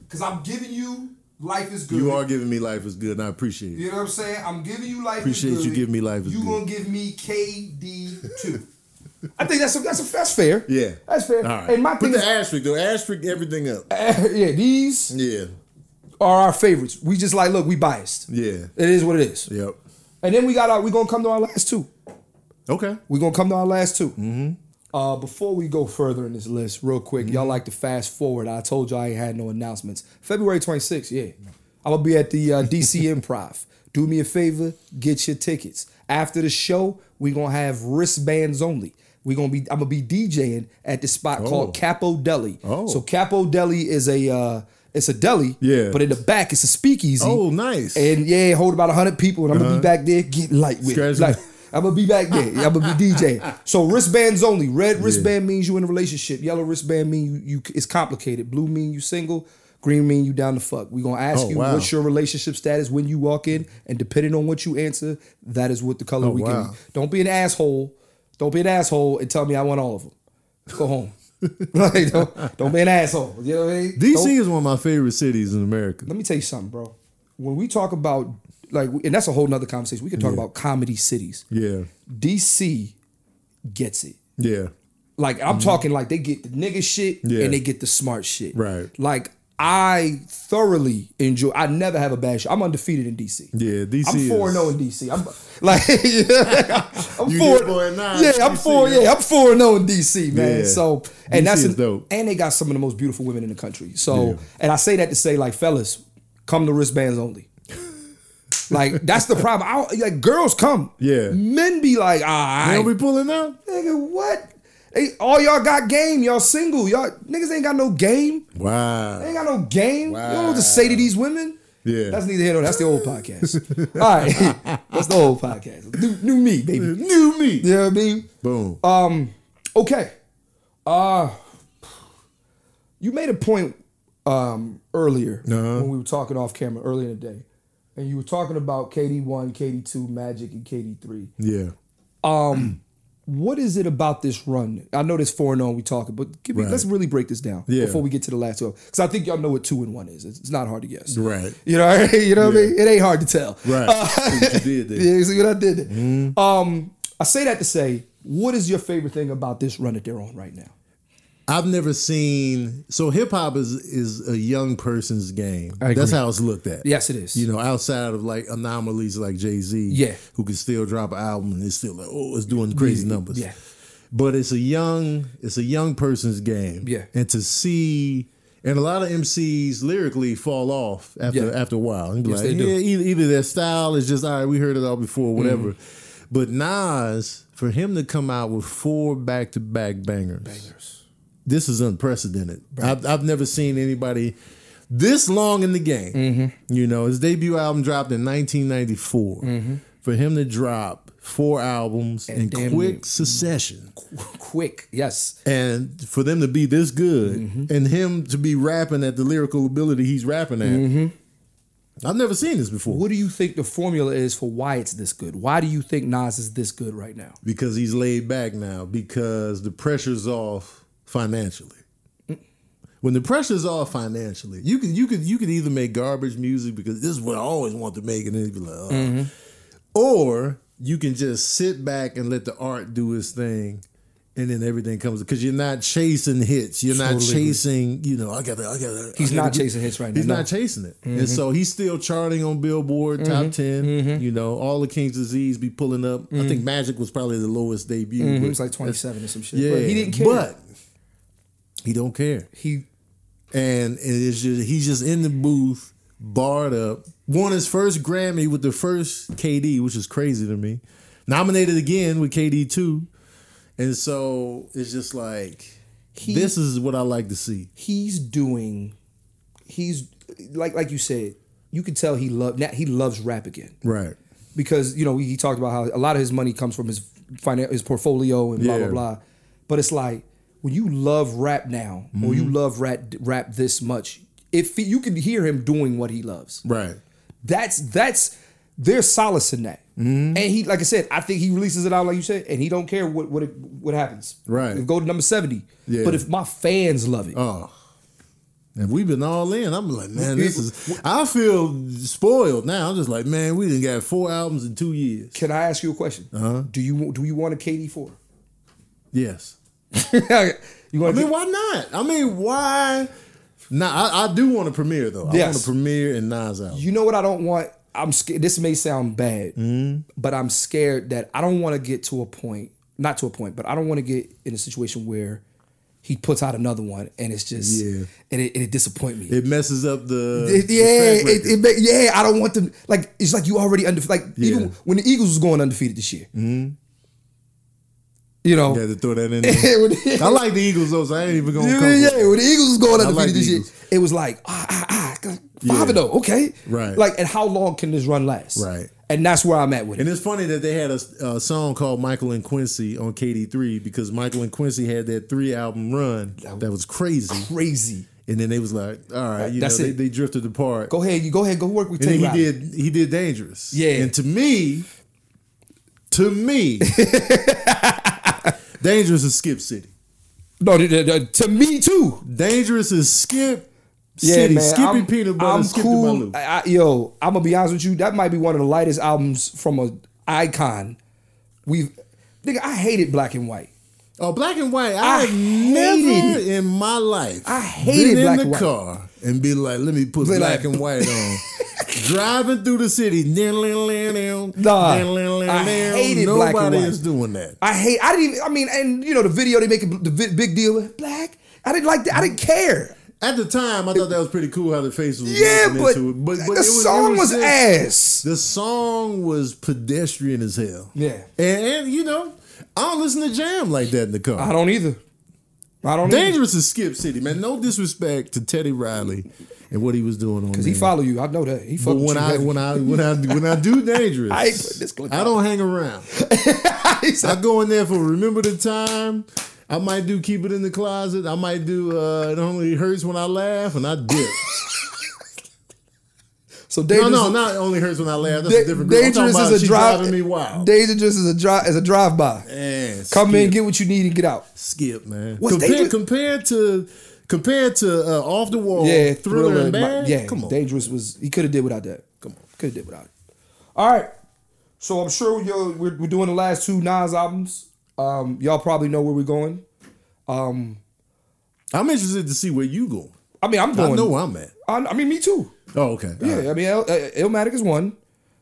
Cause I'm giving you life is good. You are giving me life is good, and I appreciate it. You know what I'm saying? I'm giving you life. Appreciate is you good. giving me life is you good. gonna give me KD two. I think that's a, that's a, that's fair. Yeah. that's fair. All right. And my Put thing the is, asterisk though. Asterisk everything up. yeah, these Yeah. are our favorites. We just like look, we biased. Yeah. It is what it is. Yep. And then we got our we gonna come to our last two. Okay. We're gonna come to our last 2 Mm-hmm. Uh, before we go further in this list, real quick, y'all like to fast forward. I told you all I ain't had no announcements. February 26th, yeah. I'm gonna be at the uh, DC Improv. Do me a favor, get your tickets. After the show, we gonna have wristbands only. We gonna be I'm gonna be DJing at the spot called Capo Deli. Oh. So Capo Deli is a uh, it's a deli, Yeah. But in the back, it's a speakeasy. Oh, nice. Uh-huh. And yeah, hold about hundred people, and I'm gonna be back there getting light with. it. Scratch Like, me. I'm gonna be back there. I'm gonna be DJing. So wristbands only. Red wristband means you in a relationship. Yellow wristband mean you, you it's complicated. Blue mean you single. Green mean you down the fuck. We gonna ask Oh, you wow. what's your relationship status when you walk in, and depending on what you answer, that is what the color we give Oh, wow. you. Don't be an asshole. Don't be an asshole and tell me I want all of them. Go home. like don't, don't be an asshole. You know what I mean? DC Don't- is one of my favorite cities in America. let me tell you something, bro. When we talk about like, and that's a whole nother conversation. We can talk about comedy cities. Yeah. DC gets it. Yeah. Like I'm talking like they get the nigga shit Mm-hmm. Yeah. and they get the smart shit. Right. Like I thoroughly enjoy. I never have a bad show. I'm undefeated in DC. Yeah. DC. I'm four is- zero in DC. I'm like, I'm You four. did four and nine yeah, in I'm DC, four. yeah. Yeah, I'm four and zero in DC, man. Yeah. So, and DC that's is an- dope. And they got some of the most beautiful women in the country. So, and I say that to say, like, fellas, come to wristbands only. like that's the problem. I, don't- like girls come. Yeah. Men be like, ah, They I don't ain't- be pulling out. nigga, what? They, all y'all got game. Y'all single. Y'all niggas ain't got no game. They Wow. ain't got no game. You don't know what to say to these women. Yeah. That's neither here nor that's the old podcast. All right. that's the old podcast. New, new me, baby. Uh, New me. You know what I mean? Boom. Okay. Uh you made a point um earlier Uh-huh. when we were talking off camera earlier in the day. And you were talking about KD one, KD two, Magic, and KD three. yeah. What is it about this run? I know this four and on we talking, but give me, Right. let's really break this down Yeah. before we get to the last two. Because I think y'all know what two and one is. It's, it's not hard to guess. Right. You know, what I mean? you know what I mean? It ain't hard to tell. Uh, Right. See what you did Mm-hmm. there. Yeah, you see what I did there. Um, I say that to say, what is your favorite thing about this run that they're on right now? I've never seen so hip hop is is a young person's game. That's how it's looked at. Yes, it is. You know, outside of like anomalies like Jay Z, Yeah. who can still drop an album and it's still like, oh, it's doing crazy numbers. yeah. But it's a young, it's a young person's game. Yeah. And to see and a lot of MCs lyrically fall off after Yeah. after a while. And be Yes, like, they do. yeah, either, either their style is just all right, we heard it all before, whatever. Mm-hmm. But Nas, for him to come out with four back to back bangers. This is unprecedented. I've, I've never seen anybody this long in the game. Mm-hmm. You know, his debut album dropped in 1994. For him to drop four albums Mm-hmm. in damn quick succession, Quick, yes. and for them to be this good, and him to be rapping at the lyrical ability he's rapping at, I've never seen this before What do you think the formula is for why it's this good? Why do you think Nas is this good right now? because he's laid back now because the pressure's off financially. When the pressure's off financially, you could you could you could either make garbage music because this is what I always want to make, and then it'd be like, oh. Mm-hmm. or you can just sit back and let the art do its thing. And then everything comes because you're not chasing hits. You're not Totally agree. chasing. You know, I got. I got. He's not chasing hits right now, He's no. not chasing it. Mm-hmm. And so he's still charting on Billboard top 10. You know, all the King's Disease be pulling up. I think Magic was probably the lowest debut. It but- was like 27 or some shit. yeah. Mm-hmm. But he didn't care. But he don't care. he And it's just he's just in the booth, barred up. Won his first Grammy with the first KD, which is crazy to me. Nominated again with KD too. And so it's just like He- this is what I like to see. he's doing he's like like you said, you could tell he love now he loves rap again. Right. because you know he talked about how a lot of his money comes from his finan- his portfolio and blah blah Yeah. blah. But it's like when you love rap now or Mm-hmm. you love rap rap this much, if you can hear him doing what he loves, Right. that's that's there's solace in that. Mm-hmm. And he, like I said, I think he releases it out like you said, and he don't care what what it, what happens. Right. go to number seventy. Yeah. But if my fans love it, Oh. And we've been all in. I'm like, man, this is. I feel spoiled now. I'm just like, man, we didn't got four albums in two years. can I ask you a question? Uh-huh. Do you do you want a KD four? Yes. you want? I mean, why not? I mean, why? Nah, I, I do want a premiere though. I Yes. want a premiere and Nas album. You know what I don't want? I'm scared. This may sound bad, Mm-hmm. but I'm scared that I don't want to get to a point, not to a point, but I don't want to get in a situation where he puts out another one and it's just, Yeah. and it, and it disappoint me. It messes up the It- the yeah, track it, record. it, make- yeah. I don't want them. Like it's like you already undefeated. Like even when the Eagles was going undefeated this year, Mm-hmm. you know. You had to throw that in there. when- I like the Eagles though, so I ain't even gonna yeah, yeah, come. with it. when the Eagles was going I undefeated like the this year, Eagles. it was like ah ah ah, five and zero. Okay, Right. Like, and how long can this run last? Right. And that's where I'm at with And it. it's funny that they had a, a song called Michael and Quincy on KD3 because Michael and Quincy had that three album run that was crazy. Crazy. And then they was like, all right, you That's know, it. They, they drifted apart. Go ahead, you go ahead, go work with and Tay then he Riley. did he did dangerous. Yeah. And to me, to me, dangerous is Skip City. No, th- th- th- to me too. Dangerous is Skip Yeah, City. man. Skippy I'm, peanut butter. I'm Skip cool. to my loop. I, I- yo, I'm gonna be honest with you. That might be one of the lightest albums from a icon. We've, nigga, I hated Black and White. Oh, black and white. I I, have never hated in my life. I hated been black in and the white. car and be like, let me put Be like- black and white on. Driving through the city. Nah, Nah, I hated Nobody black and white. is doing that. I hate. I didn't even. I mean, and you know the video they make it, the vi- big deal. Black. I didn't like that. I didn't care. At the time, I thought that was pretty cool how the face was Yeah, walking but, into it. But, the but it was, it song was, just- ass. The song was pedestrian as hell. Yeah. And, and you know, I don't listen to jam like that in the car. I don't either. I don't either. Dangerous is Skip City, man. No disrespect to Teddy Riley and what he was doing on. He there. follow you. I know that. He But fuck with when you. I heavy. when I when I when I do dangerous, I I, ain't putting this clip on. don't hang around. I go in there for remember the time. I might do keep it in the closet. I might do uh, it only hurts when I laugh, and I dip. so no, dangerous. no, not only hurts when I laugh. That's Da- a different. girl. I'm talking dangerous about is a she drive. driving me wild. Dangerous is a drive. Is a drive by. Man, Come in, skip, get what you need, and get out. skip, man. What's Compared, dangerous- compared to compared to uh, off the wall, yeah, yeah, thriller, and my- bad. yeah, come on, dangerous was. He could have did without that. Come on, could have did without it. All right. So I'm sure yo, we're we're doing the last two Nas albums. Um, y'all probably know where we're going. Um, I'm interested to see where you go. I mean, I'm I going. know where I'm at. I, I mean, me too. Oh, okay. All Yeah, right. I mean, El, El, Illmatic is one,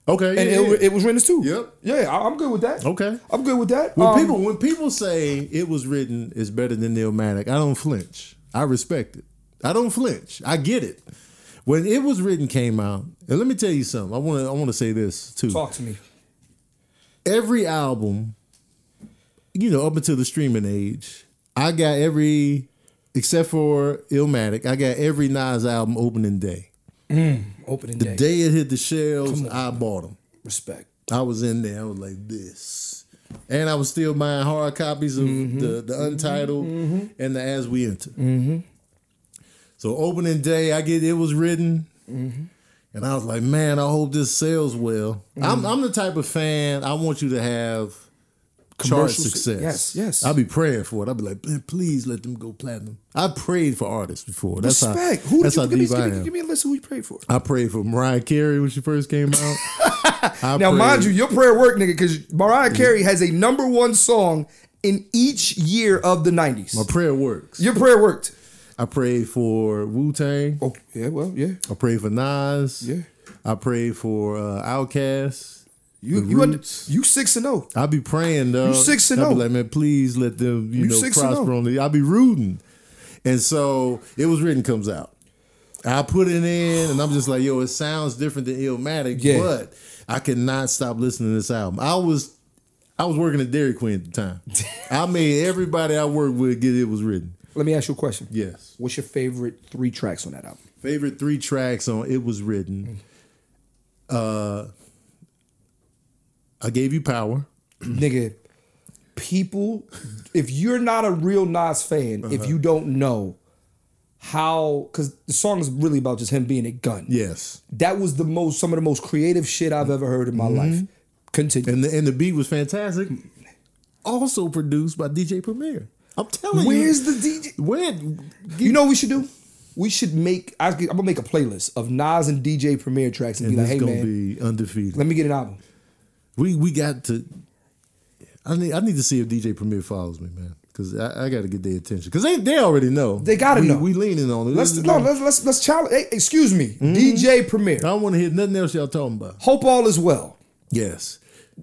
Okay. and yeah, El, yeah. it was written as two. Yep. Yeah, I, I'm good with that. Okay. I'm good with that. When Um, people when people say it was written is better than Illmatic, I don't flinch. I respect it. I don't flinch. I get it. When it was written came out, and let me tell you something. I want to I want to say this too. talk to me. Every album, you know, up until the streaming age, I got every except for Illmatic, I got every Nas album opening day. Opening The day. day it hit the shelves, I bought them. Respect. I was in there. I was like this, and I was still buying hard copies of Mm-hmm. the the Untitled and the As We Enter. So opening day, I get it was written, Mm-hmm. and I was like, man, I hope this sells well. Mm-hmm. I'm I'm the type of fan I want you to have chart Commercial su- success. yes, yes. I'll be praying for it. I'll be like, "Man, please let them go platinum. I prayed for artists before. That's Respect. how. who did that's you how give, me, deep I give, me, am. give me a list of who you prayed for. I prayed for Mariah Carey when she first came out. I Now, prayed- mind you, your prayer worked, nigga, because Mariah Carey has a number one song in each year of the '90s. my prayer works. your prayer worked. I prayed for Wu Tang. Oh, yeah. Well, yeah. I prayed for Nas. Yeah. I prayed for uh, Outkast. You The you under, Roots. you six and oh. zero. I be praying though. You six and I be oh. like, man, please let them you, You know six and prosper oh. on the. I be rooting, and so it was written comes out. I put it in, and I'm just like, yo, it sounds different than Illmatic, Yeah. but I could not stop listening to this album. I was. I was working at Dairy Queen at the time. I made everybody I worked with get it was written. Let me ask you a question. Yes. What's your favorite three tracks on that album? Favorite three tracks on It Was Written. Mm. Uh I gave you power. nigga, people, if you're not a real Nas fan, if you don't know how, because the song is really about just him being a gun. Yes. That was the most, some of the most creative shit I've ever heard in my life. Continue. And the and the beat was fantastic. Also produced by DJ Premier. I'm telling Where's you. the DJ? when You know what we should do? We should make, I, I'm gonna make a playlist of Nas and DJ premiere tracks and, and be like, it's hey gonna man, be undefeated. let me get an album. we we got to I need I need to see if DJ Premier follows me, man. because I, I got to get their attention because they they already know. They gotta We- know. We leaning on it. Let's This is no, like- let's let's, let's challenge. Hey, excuse me, DJ Premier. I don't want to hear nothing else y'all talking about. Hope all is well. Yes.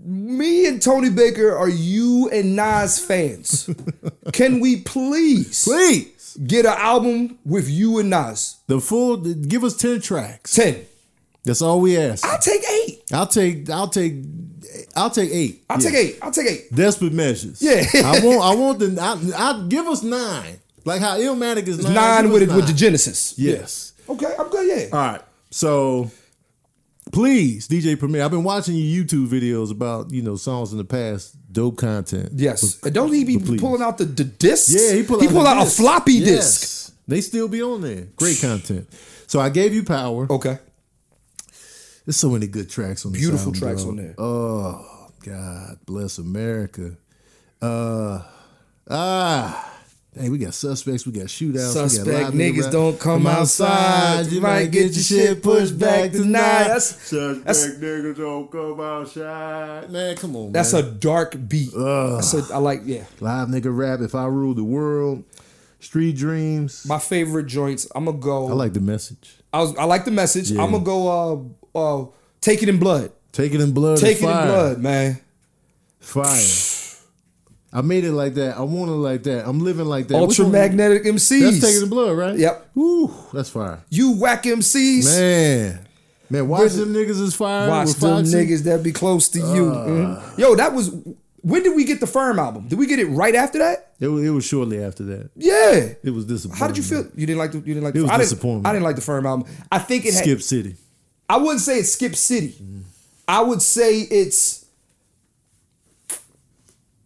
Me and Tony Baker are you and Nas fans. Can we please Please. get an album with you and Nas? The full give us 10 tracks. Ten. That's all we ask. I'll take eight. I'll take I'll take I'll take 8. I'll Yeah. take eight. I'll take eight. Desperate measures. Yeah. I want I want the I, I give us 9. Like how Illmatic is 9. Nine give with us it with the nine. Genesis. Yes. Okay, I'm good. Yeah. All right. So please, DJ Premier, I've been watching your YouTube videos about, you know, songs in the past, dope content. Yes. But- And don't he be but please. pulling out the, the discs? Yeah, he pulled out, the a disc. floppy Yes. disc. They still be on there. Great content. So I gave you power. Okay. There's so many good tracks on this Beautiful album, tracks bro. on there. Oh God bless America. Uh ah Hey, we got suspects, we got shootouts. we got Suspect live nigga niggas rap. don't come outside. You might get your shit pushed back tonight. That's- Suspect that's- niggas don't come outside. Man, come on. That's man. a dark beat. That's a, I like, yeah. live nigga rap. If I rule the world, street dreams. My favorite joints. I'm gonna go. I like the message. I, was, I like the message. Yeah. I'm gonna go. Uh, uh, take it in blood. Take it in blood. Take and it in fire. blood, man. Fire. I made it like that. I want it like that. I'm living like that. Which Ultra one- magnetic MCs. That's taking the blood, right? Yep. Woo, that's fire. You whack MCs. Man. Man, watch them niggas is fire. Watch with Uh. them Foxy. niggas that be close to you. Mhm. Yo, that was. When did we get the firm album? Did we get it right after that? It was, it was shortly after that. Yeah. It was disappointing. How did you feel? You didn't like the. You didn't like. It the, was I didn't- disappointing. I didn't like the firm album. I think it had, Skip City. I wouldn't say it's Skip City. I would say it's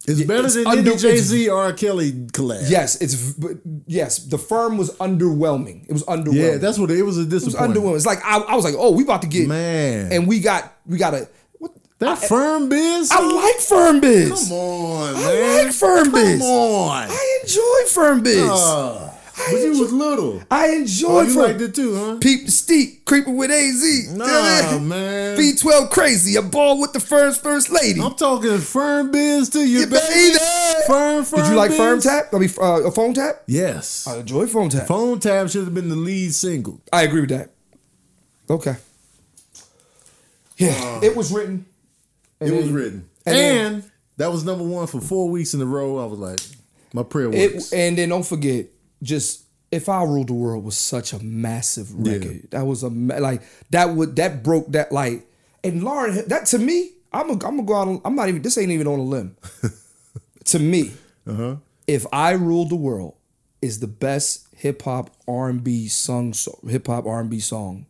It's better it's than under- any Jay Z or R. Kelly collab. yes, it's v- but yes. The firm was underwhelming. It was underwhelming. Yeah, that's what it, it was a it was disappointment. underwhelming. It's like I, I was like, oh, we about to get Man. and we got we got a. What, that firm biz? I like firm biz. Come on, I man. like firm biz. Come on. I enjoy firm biz. Uh, but you was little. I enjoy Oh, you firm. liked it too, huh? Peep Steep creeping with AZ. Nah, man. B twelve crazy. A ball with the firm's first lady. I'm talking firm biz to you, Yeah, baby. baby. Firm, firm. Did you like biz? firm tap? Oh, I mean, uh, a phone tap. Yes. I enjoy phone tap. Phone Tab should have been the lead single. I agree with that. Okay. Yeah, it was written. It was written. and And, then- that was number one for four weeks in a row. I was like, my prayer It works. and then don't forget, just if I ruled the world was such a massive record. That was a ma- like that would that broke that like and Lauren Hill- that to me I'm a, I'm gonna go out. on- I'm not even. This ain't even on a limb. to me, if I ruled the world is the best hip hop R and B song hip hop R and B song,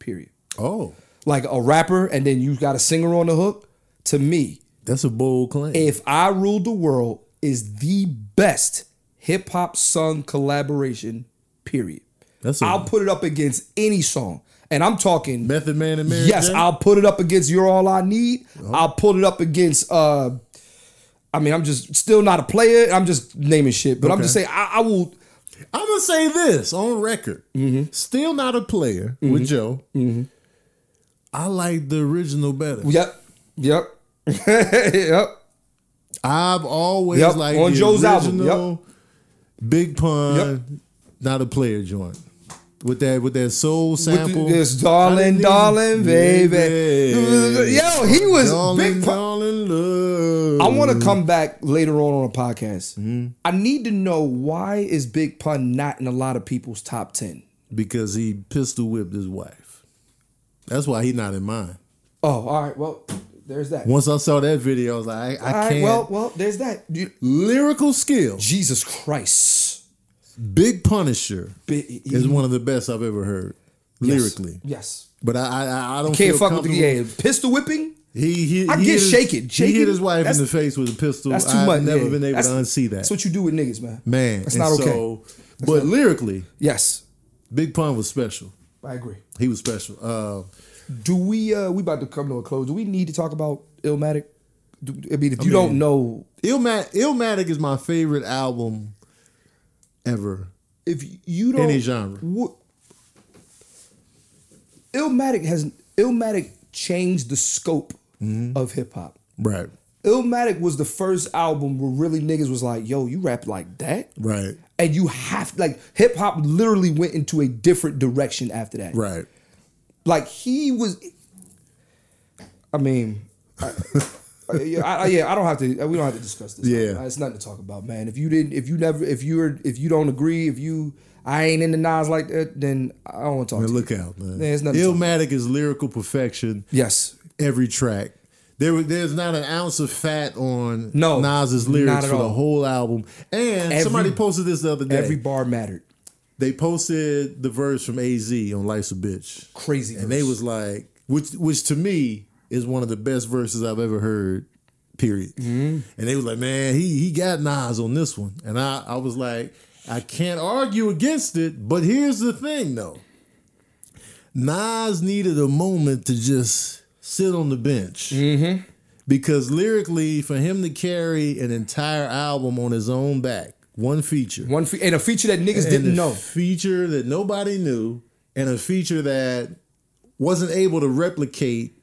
period. oh, Like a rapper and then you got a singer on the hook. To me, that's a bold claim. if I Ruled the World is the best hip hop song collaboration, period. that's a I'll put it up against any song. And I'm talking Method Man and Mary Yes, J. Oh. I'll put it up against You're All I Need. I'll put it up against uh I mean, I'm just still not a player. I'm just naming shit, but I'm just saying I, I will I'm gonna say this on record. Mm-hmm. Still not a player with Joe. I like the original better. Yep. Yep. yep. I've always Yep, liked on the Joe's album, original Big Pun, not a player joint. With that, with that soul With sample, the- this I darling, need- darling, baby. baby. Yo, he was darling, big. Pun- darling, love. I want to come back later on on a podcast. Mm-hmm. I need to know why is Big Pun not in a lot of people's top ten? because he pistol whipped his wife. That's why he not in mine. Oh, all right. Well, there's that. Once I saw that video, I was like, I, I all right. can't. Well, well, there's that. You- Lyrical skill, Jesus Christ. Big Punisher Big, is one of the best I've ever heard lyrically. Yes. But I, I, I don't Can't feel fuck with the comfortable- yeah. Pistol whipping. He, he, I he get hit his- shaken. He Shaken, hit his wife in that's- the face with a pistol. That's too I've much. never yeah. been able That's- to unsee that. That's what you do with niggas, man. Man, that's and not okay. so- but lyrically, Yes, Big Pun was special. I agree. He was special. Uh, Do we? uh We about to come to a close. Do we need to talk about Illmatic? Do, I mean, if you don't know, Illmatic, Illmatic is my favorite album ever. if you don't Any genre. Wh- Mm-hmm. Illmatic has Illmatic changed the scope of hip hop. Right. Illmatic was the first album where really niggas was like, yo, you rap like that? Right. And you have like hip hop literally went into a different direction after that. Right. Like he was I mean I, I- yeah, I, yeah, I don't have to. We don't have to discuss this. Yeah. Uh, it's nothing to talk about, man. If you didn't, if you never, if you're, if you don't agree, if you, I ain't into Nas like that, then I don't want to talk. Man, to look you. out, man. There's nothing to- Illmatic is lyrical perfection. Yes, Every track. There, was- there's not an ounce of fat on No, Nas's not lyrics at for the all. whole album. And Every- somebody posted this the other day. every bar mattered. they posted the verse from AZ on Life's a Bitch. Crazy. And they verse. was like, which which to me is one of the best verses I've ever heard. Period. And they was like, man, he he got Nas on this one, and I I was like, I can't argue against it. But here's the thing, though. Nas needed a moment to just sit on the bench. Because lyrically, for him to carry an entire album on his own back, one feature, one fe- and a feature that niggas and didn't a know. feature that nobody knew, and a feature that wasn't able to replicate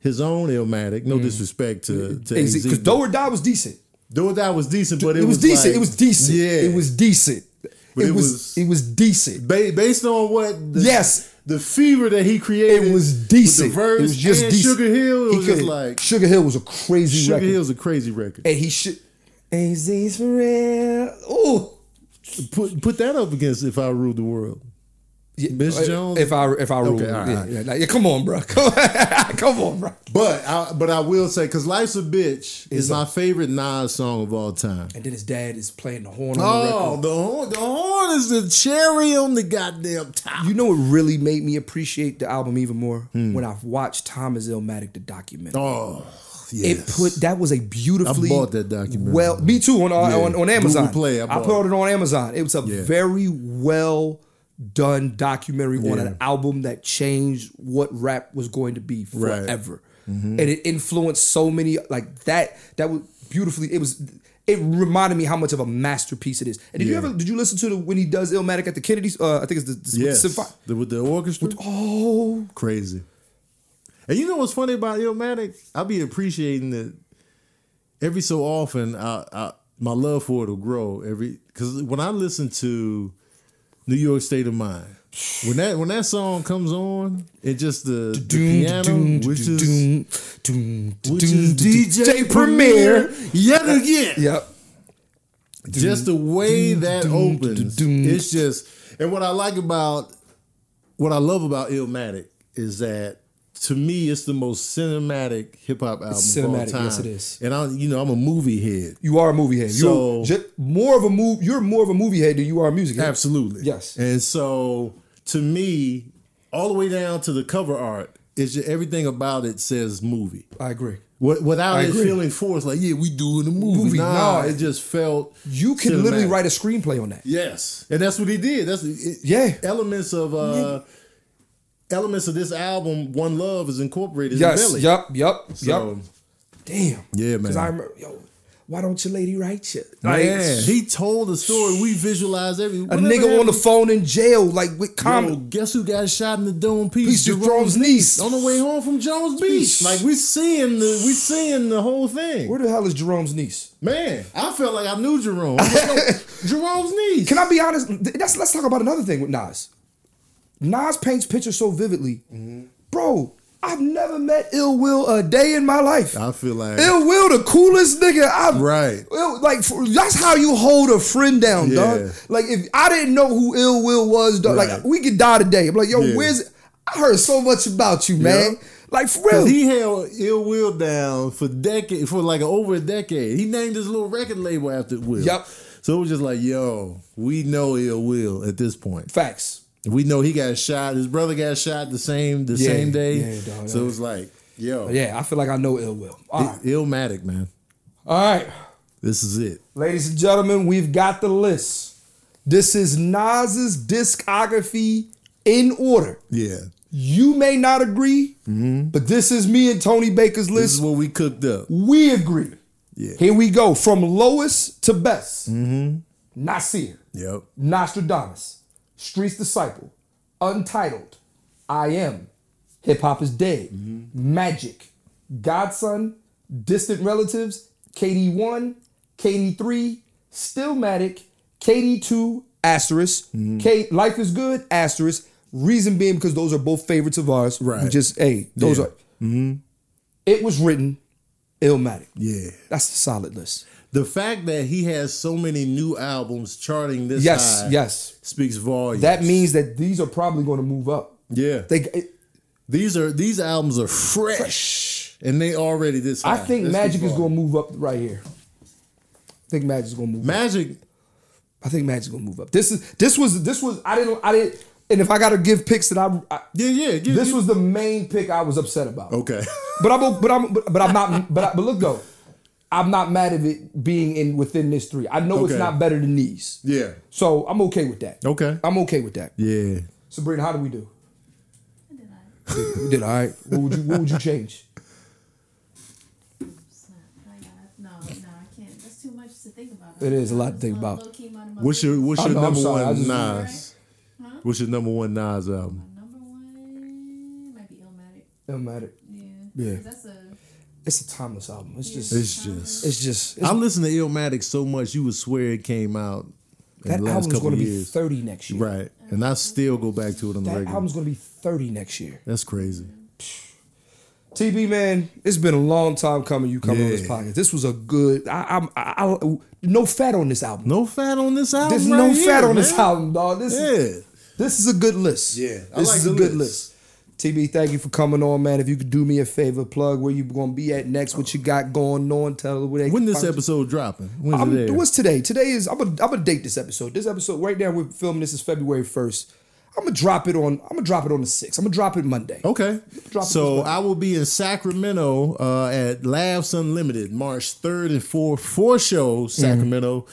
his own Illmatic. Mm. No disrespect to to AZ, Because but Do or Die was decent. though that was decent, but It, it, was, decent. like- it was decent. Yeah, It was decent. But it it was, was- it was decent. Ba- based on what. The, Yes. the fever that he created. It was with decent. The verse it was just and decent. Sugar Hill. It He was just couldn't- like Sugar Hill was a crazy Sugar record, Hill's a crazy record. and he should. AZ's for real. Ooh. Put put that up against If I Ruled the World. Yeah, Miss uh, Jones? If I if I rule, all right, yeah, all right. yeah, like, yeah, come on, bro, come on, bro. But I, but I will say because Life's a Bitch is Is a- my favorite Nas song of all time. And then his dad is playing the horn on Oh, the the horn, the horn is the cherry on the goddamn top. record. You know what really made me appreciate the album even more when I watched Thomas Illmatic the documentary. oh, It yes. put that was a beautifully I bought that documentary. Well, me too on on, Yeah. on, on Amazon. Google Play, I I, bought put it. it on Amazon. It was a Yeah. very well done documentary on Yeah. an album that changed what rap was going to be Right. Mm-hmm. forever, and it influenced so many like that. That was beautifully. It was. It reminded me how much of a masterpiece it is. And did you Yeah. ever did you listen to the when he does Illmatic at the Kennedys? Uh, I think it's the, the, yes, the symphon- The- with the orchestra. Oh, Crazy. And you know what's funny about Illmatic? I be appreciating that every so often. I, I my love for it will grow every because when I listen to New York State of Mind, when that when that song comes on, it just the, the piano, which is which is DJ Premier yet again. Yep. just the way that opens, doom. it's just. And what I like about, what I love about Illmatic is that to me, it's the most cinematic hip hop album cinematic, of all time. yes, it is. And I, you know, I'm a movie head. You are a movie head. So- You're ju- more of a move. You're more of a movie head than you are a music head. Absolutely. Yes. And so to me, all the way down to the cover art, it's just everything about it says movie. I agree. Wi- Without I it agree. feeling forced, like yeah, we doing a movie. Movie, Nah, nah. it just felt You can literally cinematic. write a screenplay on that. Yes, and that's what he did. That's it, Yeah. elements of uh elements of this album. One Love is incorporated. in Yes. Belly. Yep. Yep. So, Yep. Damn. Yeah, man. Because I remember, yo, why don't your lady write you? Like, Man, he told the story. We visualize every a nigga on the phone in jail, like with Yo, comedy. guess who got shot in the dome piece? He's just Jerome's niece. on the way home from Jones Beach. Like we seeing the we seeing the whole thing. Where the hell is Jerome's niece? Man, I felt like I knew Jerome. I was like, yo, Jerome's niece. Can I be honest? Th- That's let's talk about another thing with Nas. Nas paints pictures so vividly, Mm-hmm. bro. I've never met Ill Will a day in my life. I feel like Ill Will, the coolest nigga I've Right. Ill- like for, that's how you hold a friend down, Yeah. dog. Like if I didn't know who Ill Will was, dog, Right. like we could die today. I'm like, yo, Yeah. where's? I heard so much about you, man. Yeah. Like for real, Cause he held Ill Will down for decade for like over a decade. He named his little record label after Will. Yep. So it was just like, yo, we know Ill Will at this point. facts. We know he got shot. His brother got shot the same the Yeah, same day. yeah, dog, so it yeah. was like, yo, Yeah, I feel like I know Ill Will. All right, Illmatic, man. all right, This is it. ladies and gentlemen, we've got the list. This is Nas's discography in order. Yeah. You may not agree, Mm-hmm. but this is me and Tony Baker's This is list. what we cooked up. We agree. Yeah. Here we go from lowest to best. Nasir, Yep. Nostradamus, Street's Disciple, Untitled, Mm-hmm. I Am, Hip Hop is Dead, Magic, Godson, Distant Relatives, KD1, KD3, Stillmatic, KD2, asterisk, Mm-hmm. K Life is Good, asterisk. Reason being because those are both favorites of ours. We Right. just, hey, those Yeah. Mm-hmm. are. It was written, Illmatic. Yeah. That's the solid list. The fact that he has so many new albums charting this yes, high yes. speaks volumes. That means that these are probably going to move up. yeah. They, it, these are these albums are fresh, and they already this. I high. think That Magic speaks is going to volumes. move up right here. I think Magic's going to move. up. Magic. I think Magic's gonna move up. This is this was this was I didn't I didn't and if I gotta give picks that I, I Yeah, yeah. give- this give- was the main pick I was upset about. okay. But I'm but I'm but, but I'm not but I, but look though, I'm not mad at it being in within this three. I know it's Okay. not better than these, yeah. so I'm okay with that. Okay. I'm okay with that. Yeah. Sabrina, how do we do? We did all right. What would you What would you change? No, no, I can't. That's too much to think about. It is a lot to think about. Low-key amount of my What's your What's I your know, I'm number sorry, I one just- Nas? What's your number one Nas album? number one? Might be Illmatic. Don't matter. Yeah. Yeah. 'Cause That's a It's a timeless album. It's just it's, It's just just it's, I listened to Illmatic so much, you would swear it came out in that the last album's couple gonna of be years. 30 next year. Right, and I still go back to it on the That regular. album's gonna be 30 next year. That's crazy. TB man, it's been a long time coming. You coming on this Yeah. podcast. This was a good. I, I'm I, I, no fat on this album. No fat on this album. There's right no here, fat on man. this album, dog. This is, Yeah, this is a good list. Yeah, I this like is the a good list. list. TB, thank you for coming on, man. If you could do me a favor, plug where you gonna be at next, what you got going on. Tell them where they when can this find you. episode dropping? When's I'm, it air? what's today? Today is I'm gonna I'm gonna date this episode. This episode right now we're filming this is February first. I'm gonna drop it on I'm gonna drop it on the sixth. I'm gonna drop it Monday. Okay, Drop it this way. so I will be in Sacramento uh, at Labs Unlimited March third and fourth. Four shows, Mm-hmm. Sacramento.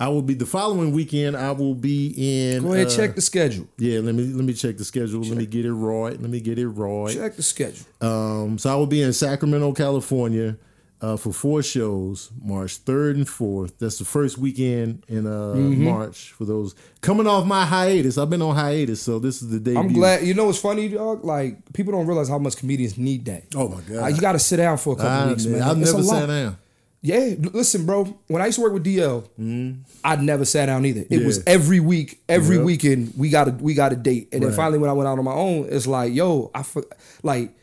I will be the following weekend. I will be in. Go ahead, uh, check the schedule. Yeah, let me let me check the schedule. Let me get it right. Let me get it right. Check the schedule. Um, so I will be in Sacramento, California, uh, for four shows, March third and fourth. That's the first weekend in uh, Mm-hmm. March for those coming off my hiatus. I've been on hiatus, so this is the day. I'm glad. You know what's funny, dog? Like people don't realize how much comedians need that. Oh my god! Uh, you got to sit down for a couple I, weeks, man. I've It's a never lot. sat down. Yeah, l- listen, bro. When I used to work with DL, I never sat down either. It was Mm-hmm. Yeah. every week, every Yep. weekend we got a we got a date, and then Right. finally when I went out on my own, it's like, yo, I f- like,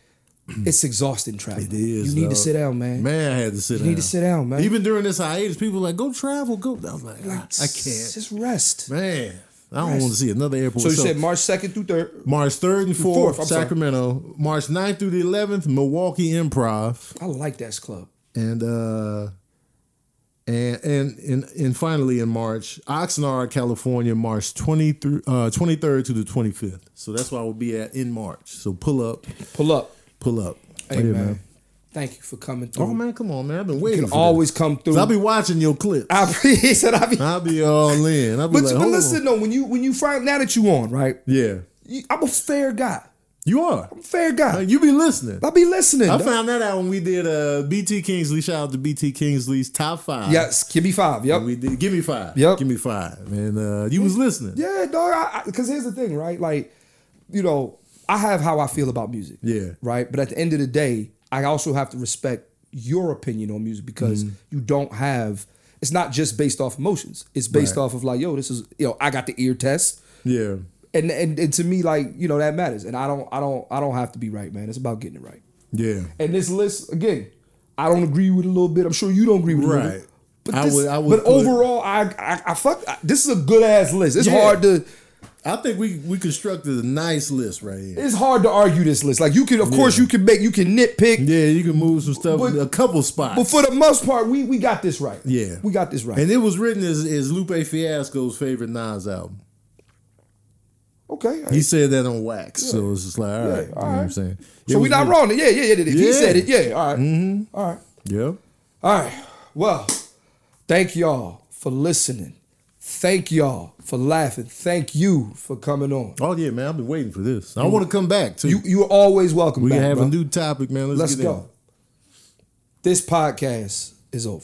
it's exhausting traveling. It is. You need to dog. sit down, man. Man, I had to sit You down. need to sit down, man. Even during this hiatus, people were like go travel, go. I was like, I- I, can't. Just rest. Man, I don't want to see another airport. So you So- said March second through third. March 3rd and 4th, Fourth, I'm sorry. Sacramento. March 9th through the 11th, Milwaukee Improv. I like that club. And uh and and and, and finally in March, Oxnard, California, March 20 through uh 23rd to the 25th. So that's where I will be at in March. So pull up, Pull up, pull up. hey Yeah, man. Thank you for coming through. Oh man, come on, man. I've been waiting. You can for always this. come 'Cause through. I'll be watching your clips. I be, he said I be. I'll be all in. I'll be But, like, "Oh." but hold listen on. though, when you when you find now that you on right, Yeah. you- I'm a fair guy. You are. Fair guy. You be listening. I be listening. I dog. found that out when we did uh, BT Kingsley. Shout out to BT Kingsley's top five. yes, give me five. Yep. we did. Give me five. Yep. Give me five. And uh, you was listening. yeah, dog. I, I, Cause here's the thing, right? Like, you know, I have how I feel about music. Yeah. Right. But at the end of the day, I also have to respect your opinion on music because Mm. you don't have. It's not just based off emotions. It's based Right. off of like, yo, this is yo. I got the ear test. Yeah. And, and and to me, like you know, that matters. And I don't, I don't, I don't have to be right, man. It's about getting it right. Yeah. And this list, again, I don't agree with a little bit. I'm sure you don't agree with a little Right. bit. But, I this, would- I would but put- overall, I, I, I fuck. I- this is a good ass list. It's Yeah. hard to I think we we constructed a nice list right here. it's hard to argue this list. Like you can, of course, you can make you can nitpick, Yeah, you can move some stuff But- a couple spots. but for the most part, we we got this right. Yeah. we got this right. and it was written as, as Lupe Fiasco's favorite Nas album. okay, all He right. said that on wax. So it's just like, all right. you know what I'm saying? It so we was not written- wrong. Yeah, yeah, yeah, yeah. He Yeah. said it. Yeah, all right. Mm-hmm. All right. Yep. All right. Well, thank y'all for listening. Thank y'all for laughing. Thank you for coming on. Oh, yeah, man. I've been waiting for this. I want to come back, too. You you are always welcome. we back, can have bro. a new topic, man. Let's, Let's get go. This podcast is over.